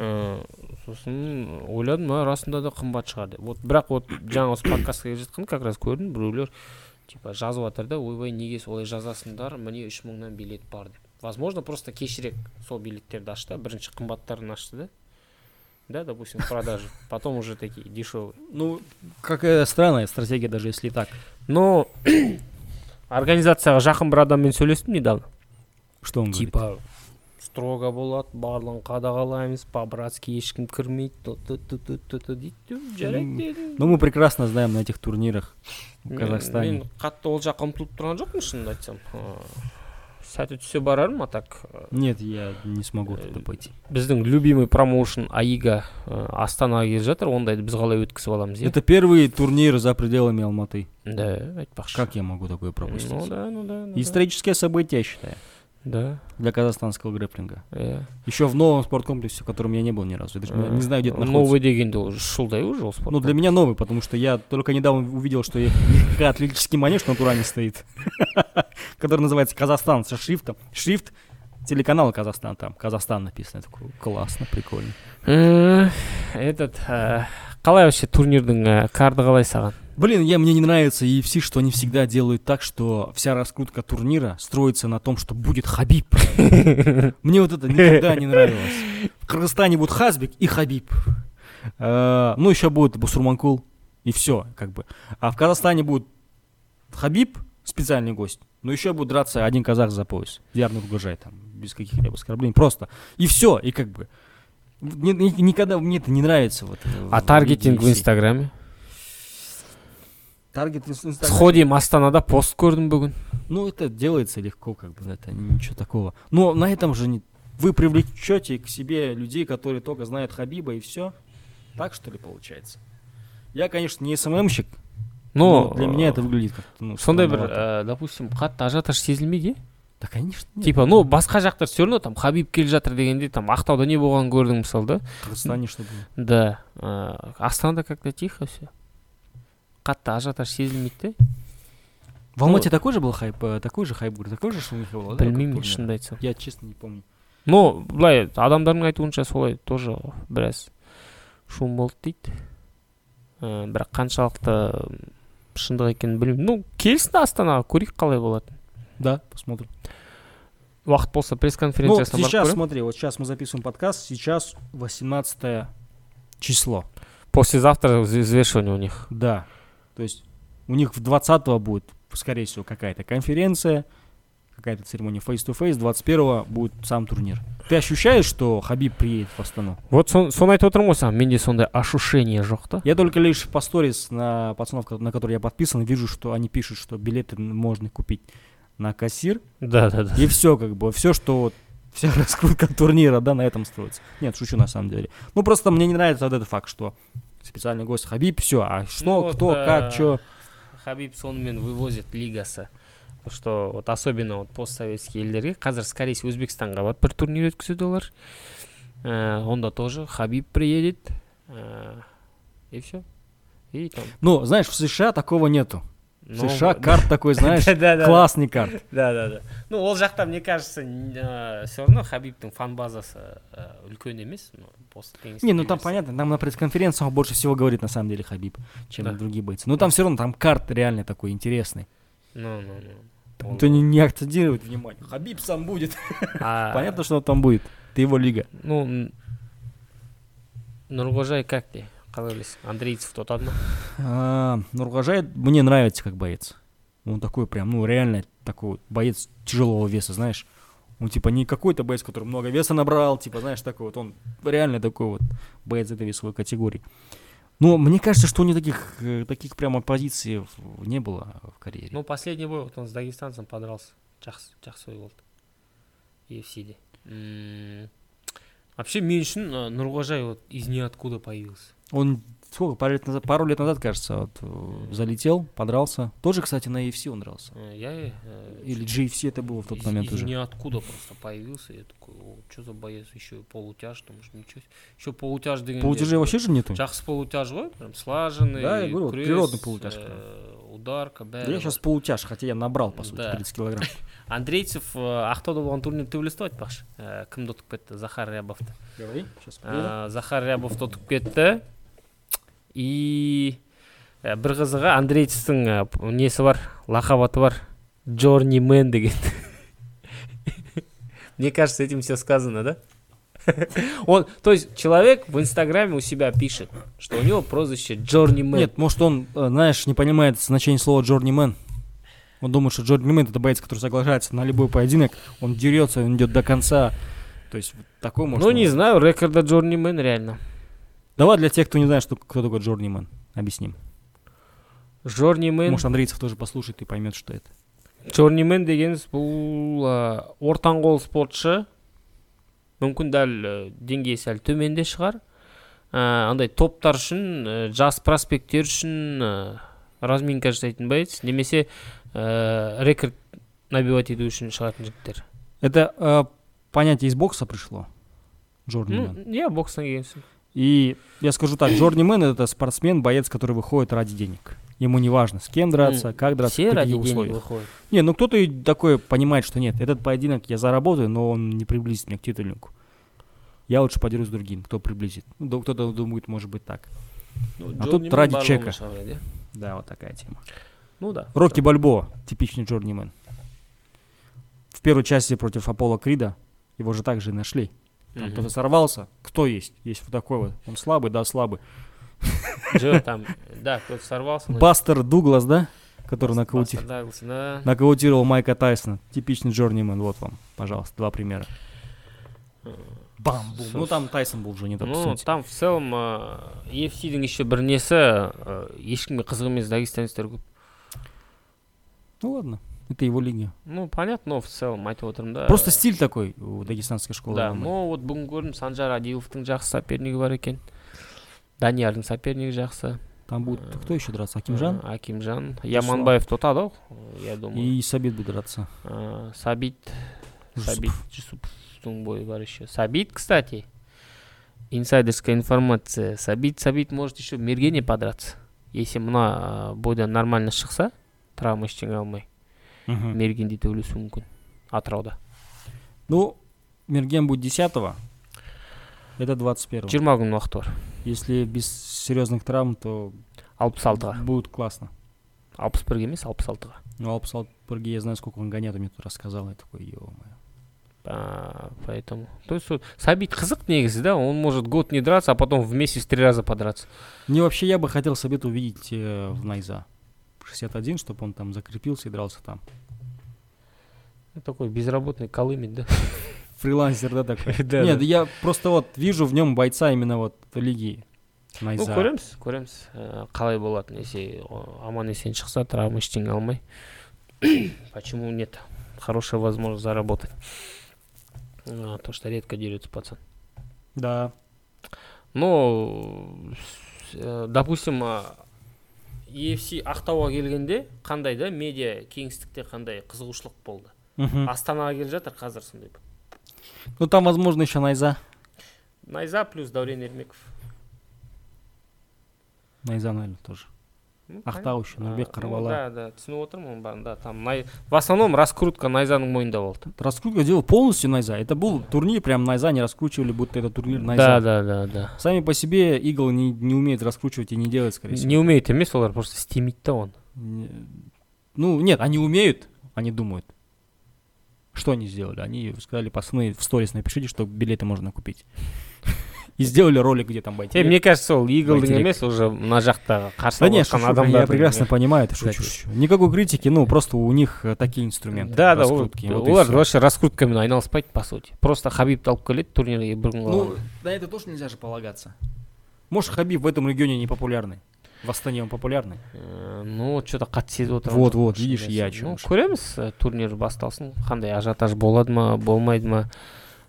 Э, сосын ойладым а расында да қымбат шығар деп вот бірақ вот жаңа осы подкастқа келе жатқан как раз көрдім біреулер типа жазып жатыр да ойбай неге солай жазасыңдар міне үш мыңнан билет бар деп возможно просто кешірек сол билеттерді ашты да, бірінші қымбаттарын ашты да да допустим в продажу потом уже такие дешевые
Ну, какая странная стратегия, даже если так.
но организацияға жақын бір адаммен сөйлестім недавно
Что он говорит?
типа строго болады барлығын қадағалаймыз по братски ешкім кірмейді ту- ту- ту- ту- ту- ту дейді Тю, жарайды дедім
Ну, мы прекрасно знаем на этих турнирах в
Мен-
Казахстане.
мен қатты ол жаққа ұмтылып тұрған жоқпын шынымды айтсам Э, сәті түсе барармын а так э,
Нет, я не смогу туда
Э,
пойти.
біздің любимый промоушн аига э, астанаға келе жатыр ондайды біз қалай өткізіп аламыз иә
Э, Это первый турнир за пределами Алматы.
да айтпақшы
Как я могу такое пропустить?
ну да ну да ну да.
Историческое событие, я считаю,
да
для казахстанского грэпплинга.
иә.
Еще в новом спорткомплексе, в котором я не был ни разу. Я даже не- не знаю, где это
Э,
находится.
новый дегенде уже үш жылдай уже ол спорт
Ну, для меня новый, потому что я только недавно увидел, что и- и атлетический манеж на Туране стоит, который называется «Казахстан» со шрифтом. Шрифт телеканала «Казахстан» там. «Казахстан» написано. Я такой, классно, прикольно.
Э, этот э, қалай вообще турнирдің э, карды қалай саған
Блин, я, мне не нравится UFC, что они всегда делают так, что вся раскрутка турнира строится на том, что будет Хабиб. Мне вот это никогда не нравилось. В Кыргызстане будет Хазбик и Хабиб. Э, Ну, еще будет Бусурманкул, и все, как бы. А в Казахстане будет Хабиб, специальный гость, но еще будет драться один казах за пояс. Ярно Гужай там, без каких-либо оскорблений, просто. И все, и как бы. Ни- ни- никогда мне это не нравится. Вот, э,
а
в
таргетинг в
UFC.
инстаграме
Таргет в Инстаграме.
сходим астанада пост көрдім бүгін
Ну, это делается легко, как бы, это ничего такого. Но на этом же не... вы привлечете к себе людей, которые только знают Хабиба и все. Так, что ли, получается? Я, конечно, не СММщик, но,
но
для меня это выглядит как-то... Ну,
э, сондай бір
странновато.
ә, допустим қатты ажиотаж сезілмейді
Да, конечно.
иә
нет.
типа ну басқа жақтар все равно там хабиб келе жатыр дегенде там ақтауда не болғанын көрдің мысалы да
В Казахстане, что было.
да ә, астанада как то тихо все қатты ажиотаж сезілмейді
В Алмате такой же был хайп, э, такой же хайп, говорю, такой же шумиха была, да,
да білмеймін
как
мен
турнир?
шынымды айтсам
Я, честно, не помню.
но былай адамдардың айтуынша солай тоже біраз шум болды дейді Ә, бірақ қаншалықты м, шындық екенін білмеймін ну келсін астанаға көрейік қалай болатынын
Да, посмотрим.
уақыт болса пресс
Ну,
конференциясына барып
сейчас,
көремін
смотри, вот сейчас мы записываем подкаст, сейчас 18 число.
послезавтра взвешивание у них
Да. То есть у них в 20 будет, скорее всего, какая-то конференция, какая-то церемония face-to-face, 21 будет сам турнир. Ты ощущаешь, что Хабиб приедет в Астану?
вот сон- соны айтып отырмын ғой саған менде сондай ошушение жоқ та
Я только лишь по сторис на пацанов, ко- на которые я подписан, вижу, что они пишут, что билеты н- можно купить на кассир.
да да да
И все, как бы, все, что вот вся раскрутка турнира, да, на этом строится. Нет, шучу на самом деле. Ну, просто мне не нравится вот этот факт, что специальный гость Хабиб, все, а
Ну
что,
вот,
кто,
да.
как, что.
хабиб сонымен вывозит лигасы Потому что вот особенно вот постсоветский елдерге қазір скорее всего өзбекстанға барып бір турнир өткізеді олар Э, онда тоже хабиб приедет Э, и все и там
Ну, знаешь, в США такого нету. В
ну,
США
да,
карт такой, знаешь,
да, да, да.
классный карт.
да да да ну ол жақта мне кажется все равно хабибтің фан базасы э, үлкен емес ну, посткеңестік
Не, ну там
емес.
понятно, там на пресс-конференциях больше всего говорит на самом деле Хабиб, чем
Да.
другие бойцы. Ну там все равно там карт реально такой интересный.
ну ну ну
Никто не, не акцентирует внимание. Хабиб сам будет.
А,
Понятно, что он там будет. Это его лига.
Ну, н- Нургожай как ты? қалай ойлайсың андрейцев ұтады ма
А, Нургожай мне нравится как боец. Он такой прям, ну реально такой вот боец тяжелого веса, знаешь. Он типа не какой-то боец, который много веса набрал, типа, знаешь, такой вот. Он реально такой вот боец этой весовой категории. Но мне кажется, что у него таких, э, таких прямо позиций в- не было в карьере.
ну последний бой вот он с дагестанцем подрался жақсы жақсы ой болды UFC де М, М-м-м. вообще мен үшін э, нұрғожай вот из ниоткуда появился
Он сколько, пару лет назад, пару лет назад кажется, вот, э, залетел, подрался. Тоже, кстати, на UFC он дрался.
Э, я э,
Или GFC это было в тот
из,
момент
из
уже.
ниоткуда просто появился я такой о что за боец еще и полутяж потому что ничего еще полутяж деген
Полутяжей вообще же нету?
жақсы полутяж ғой прям слаженный
Да, я говорю, вот
күрес,
природный полутяж
э,
прям.
ударка бәрі
Я
бар.
сейчас полутяж, хотя я набрал, по сути,
Ну Да.
30 килограмм.
андрейцев э, ә, ақтауда болған турнирді білесіз ғой айтпақшы ә, кімді ұтып кетті Э, захар рябовты
Говори, сейчас
ә, Э, захар рябовты ұтып кетті и ә, бір қызығы андрейцевтің ә, п- несі бар лақап аты бар джорни мен деген мне кажется этим все сказано да он то есть человек в инстаграме у себя пишет что у него прозвище джорни мен
Нет, может он, э, знаешь, не понимает значение слова джорнимен. Он думает, что джорнимен это боец, который соглашается на любой поединок. Он дерется, он идет до конца. То есть вот такой может.
ну
он-
не знаю рекорда джорни мен реально
Давай для тех, кто не знает, что кто такой джорнимен, объясним.
джорни мен
Может Андрейцев тоже послушает и поймет, что это.
джорнимен дегеніміз бұл ә, ортаңқол спортшы мүмкін дәл ә, деңгейі сәл төмен де шығар ә, андай топтар үшін ә, жас проспекттер үшін ә, разминка жасайтын боец немесе ә, рекорд набивать ету үшін шығатын жігіттер
Это э, понятие из бокса пришло.
Ну,
Джорнимен.
иә бокстан келген соң
И я скажу так, джорнимен это спортсмен, боец, который выходит ради денег. Ему не важно, с кем драться,
Ну,
как драться,
все
в
ради
каких
денег
условиях.
выходят
Не, ну кто-то и такой понимает, что нет, этот поединок я заработаю, но он не приблизит меня к титульнику. Я лучше подерусь с другим, кто приблизит. Ну, да, кто-то думает, может быть, так.
Ну,
А тут
Джорнимен
ради
барлығын
чека.
шығарады, иә?
Да, вот такая тема.
ну да
Рокки Бальбоа, типичный Джорнимен. В первой части против Аполло Крида его же также и нашли. Там
Мгм.
кто-то сорвался. Кто есть? Есть вот такой вот. Он слабый, да, слабый.
Джо там да кто-то сорвался но-
Бастер Дуглас, да? Который нокаути-
Бастер Даглс, да.
нокаутировал Майка Тайсона. Типичный Джорнимен. Вот вам, пожалуйста, два примера. Бам, бум. Ну там Тайсон был уже не тот, по
Э, ну
сути.
там в целом E ефтидің еще бір несі ә, ешкімге қызық емес дагестанецтер көп
Ну ладно, это его линия.
ну понятно но в целом айтып отырмын да
Просто
э,
стиль такой у дагестанской школы.
да ну,
ММА.
но вот бүгін көрдім санжар адиловтың жақсы сопернигі бар екен даниярдың сопернигі жақсы
Там будет кто еще драться? Акимжан?
Э, акимжан яманбаевты ұтады ғой я думаю
И Сабит будет драться.
Э, сабит
Жусупов.
сабит жусуповтың бойы бар еще сабит кстати инсайдерская информация сабит сабит может еще мергене подраться если мына э, бойдан нормально шықса травма ештеңе алмай
Мгм.
мерген де төбелесуі мүмкін атырауда
Ну, Мерген будет 10 это 21
жиырма күн уақыты бар
Если без серьезных травм, то
алпыс алтыға
будет классно.
алпыс бірге емес алпыс алтыға
Ну, Алпсал Пурги, я знаю, сколько он гоняет, он мне тут рассказал. Я такой, ё-моё.
А, поэтому то есть вот сабит қызық негізі да он может год не драться а потом в месяц три раза подраться
Мне вообще, я бы хотел Сабит увидеть э, в Найза. 61, чтобы он там закрепился и дрался там.
Ну, такой безработный колымин да
Фрилансер, да, такой?
Да,
Нет,
да.
я просто вот вижу в нем бойца именно вот лиги.
ну
Найза.
көреміз көреміз ә, қалай болатынын если о, аман есен шықса травма ештеңе алмай почему нет хорошая возможность заработать
А, то, что редко дерется пацан.
Да.
но с- э, допустим UFC ақтауға келгенде қандай да медиа кеңістікте қандай қызығушылық болды
Мгм.
астанаға келе жатыр қазір сондай бір.
А. Ну там, возможно, еще Найза.
найза плюс дәурен ермеков
Найза, наверное, тоже.
Ну,
Ақтау еще,
понятно.
Нұрбек
А, ну
Қарбала.
да да түсініп отырмын оның бәрін да там най... в основном раскрутка найзаның мойнында болды
Раскрутка делал полностью Найза. Это был турнир, прям Найза не раскручивали, будто это турнир
да
Найза.
да да да
Сами по себе иглы не, не умеют раскручивать и не делать, скорее всего.
не умеет емес олар просто істемейді да оны
Не- Ну, нет, они умеют, они думают. Что они сделали? Они сказали, пацаны, в сторис напишите, что билеты можно купить. И сделали ролик, где там
е,
бойти.
Э, мне кажется ол иглдың
Бәйтерек.
емес уже мына жақтағы қарсы
Да
алып
нет,
жатқан
шучу, я
адамдардың,
прекрасно
э,
понимаю, это шучу.
запись.
шучу. Никакой критики, ну, просто у них э, такие инструменты.
да да ол-
раскрутки, вот и
олар
всё.
вообще раскруткамен айналыспайды по сути просто хабибті алып келеді турнирге бір күн
Ну,
қалған.
на это тоже нельзя же полагаться. Может, Хабиб в этом регионе не популярный. В Астане он популярный.
Э, ну что то қатты сезіп отырмын
Вот,
жоқ,
вот,
шын
видишь, я о
мәселе.
чём
ну
же.
көреміз э, турнир басталсын қандай ажиотаж болады ма болмайды ма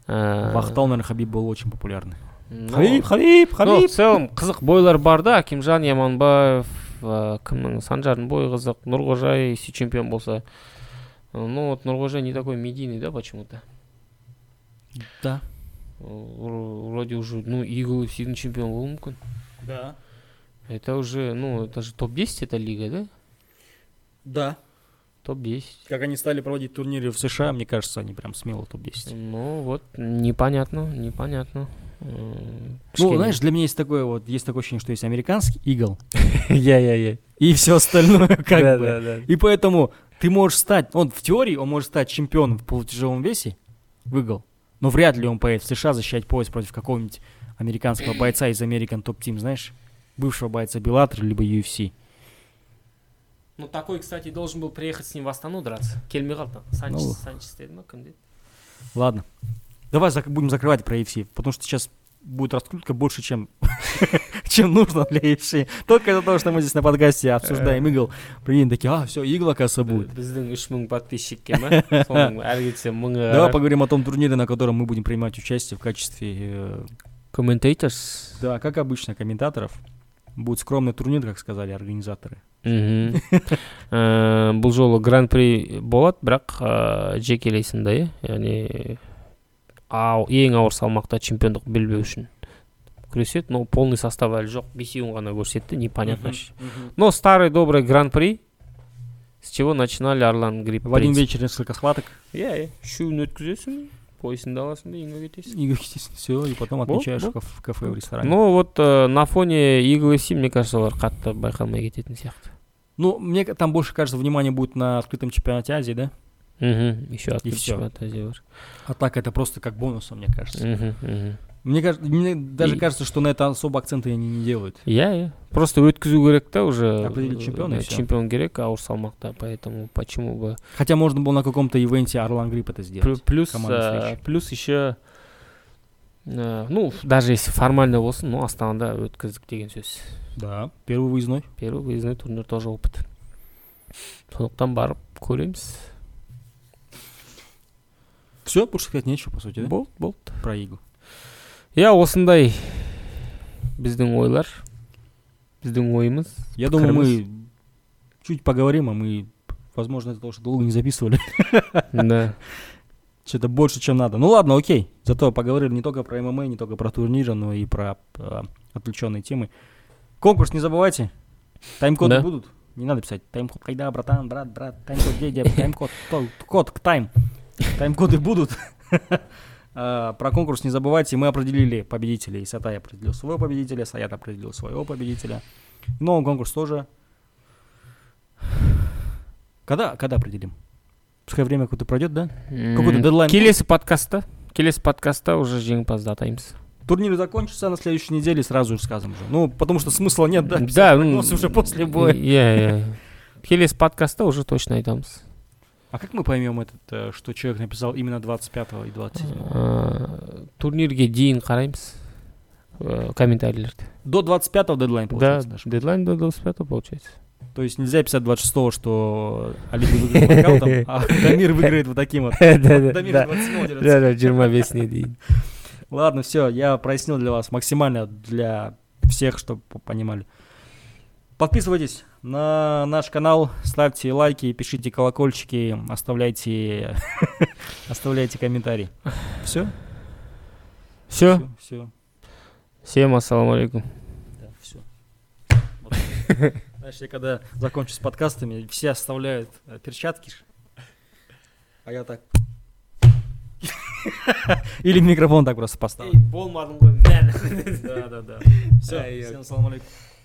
Э,
В Ахтал, наверное, Хабиб был очень популярный.
ну,
Хабиб, Хабиб,
ну, в
Хабиб!
целом қызық бойлар бар да әкемжан яманбаев э, кімнің санжардың бойы қызық нұрғожа если чемпион болса Э, ну вот нұрғожа не такой медийный да почему то
Да.
вроде уже ну игл сидің чемпион болуы мүмкін
Да.
это уже ну это же топ 10 эта лига да
Да.
топ 10
Как они стали проводить турниры в США, мне кажется, они прям смело топ-10.
Ну вот, непонятно, непонятно. Э, М,
Ну,
кішкене.
знаешь, для меня есть такое вот, есть такое ощущение, что есть американский игл
я, я, я.
и все остальное как
да,
бы.
да, да.
И поэтому ты можешь стать, он в теории, он может стать чемпионом в полутяжелом весе, в игл, но вряд ли он поедет в США защищать пояс против какого-нибудь американского бойца из American Top Team, знаешь, бывшего бойца Беллатра либо UFC.
Ну такой, кстати, должен был приехать с ним в Астану драться. Келмей қалды. Санчес,
Ну.
Санчес деді ма, кім деді?
Ладно, давай зак- будем закрывать про UFC, потому что сейчас будет раскрутка больше, чем, чем нужно для UFC. Только из-за того, что мы здесь на подкасте обсуждаем игл, блин, такие, а, все, игла, оказывается, будет.
Э, Біздің үш мың подписчикке ма? Соның әрі кетсе мыңы.
Давай поговорим о том турнире, на котором мы будем принимать участие в качестве э,
Комментаторс.
Да, как обычно, комментаторов. Будет скромный турнир, как сказали организаторы.
Мгм. Э, Бұл жолы гран-при болады, бірақ э, жекелей да, иә? Яғни ау- ең ауыр салмақта чемпиондық белбеу үшін күреседі, но полный состав әлі жоқ. Бесеуін ғана көрсетті, непонятно. ш- Но старый добрый гран-при, с чего начинали Орлан Грипп.
В один вечер несколько схваток,
иә иә үшеуін өткізесің поясыңды аласың да үйіңе кетесің
и все, и потом
Во,
отмечаешь
во.
в каф- в кафе, в ресторане. Ну,
ну вот э, на фоне игл FC, мне кажется олар қатты байқалмай кететін сияқты
Ну, мне к- там больше, кажется, внимание будет на открытом чемпионате Азии, да?
мхм еще
И всё.
бар
А так это просто как бонусом, мне кажется.
Мгм, мгм.
Мне, кажется, мне даже
И-
кажется, что на это особо акценты они не делают.
иә иә просто өткізу керек та уже
Определить чемпиона и
э,
всё.
чемпион керек ауыр салмақта поэтому почему бы
Хотя можно было на каком-то ивенте Орлан Грипп это
Плю-
сделать.
плюс
командной
э,
встречи.
плюс еще ну даже если формально болсын ну астанада өткіздік деген сөз
Да, первый выездной.
первый выездной турнир тоже опыт сондықтан барып көреміз
Все, больше сказать нечего, по сути, да?
болды болды
Про игл.
иә осындай біздің ойлар біздің ойымыз
Я думаю,
Крымыс.
мы чуть поговорим, а мы, возможно, из-за того, что долго не записывали.
да
Что-то больше, чем надо. Ну ладно, окей. Зато поговорили не только про ММА, не только про турниры, но и про отвлеченные темы. Конкурс не забывайте. Тайм-коды
Да.
будут. Не надо писать. Тайм-код когда, братан, брат, брат, тайм-код, где, где, тайм-код, то- код, к тайм. Тайм-коды будут. А, Про конкурс не забывайте. Мы определили победителей. Сатай определил своего победителя, Саят определил своего победителя. Но конкурс тоже. Когда, когда определим? Пускай время какое-то пройдет, да? Какой-то
М,
дедлайн
келесі подкастта келесі подкастта уже жеңімпазды атаймыз
Турнир закончится на следующей неделе, сразу же скажем же. Ну, потому что смысла нет, да?
да ну,
прогноз уже после боя.
иә иә келесі подкастта уже точно айтамыз
А как мы поймем этот, э, что человек написал именно 25 и 27?
Э, турнирге дейін қараймыз э, комментарийлерді
До 25 дедлайн,
да
получается, даже.
дедлайн до 25 получается
То есть нельзя писать 26-го, что Алиби выиграет нокаутом, а Дамир выиграет вот таким вот. Дамир
да
27 дерется.
да жиырма бесіне дейін
Ладно, все, я прояснил для вас максимально для всех, чтобы понимали. Подписывайтесь на наш канал, ставьте лайки, пишите колокольчики, оставляйте, оставляйте комментарии. Все?
все
Все.
всем ассалаумағалейкум
Да, все. Знаешь, я когда закончу с подкастами, все оставляют э, перчатки, ж. а я так. Или микрофон так просто
Ей,
поставлю.
болмадым ғой мә
Да, да, да.
Ай,
Все,
ё.
всем салам алейкум.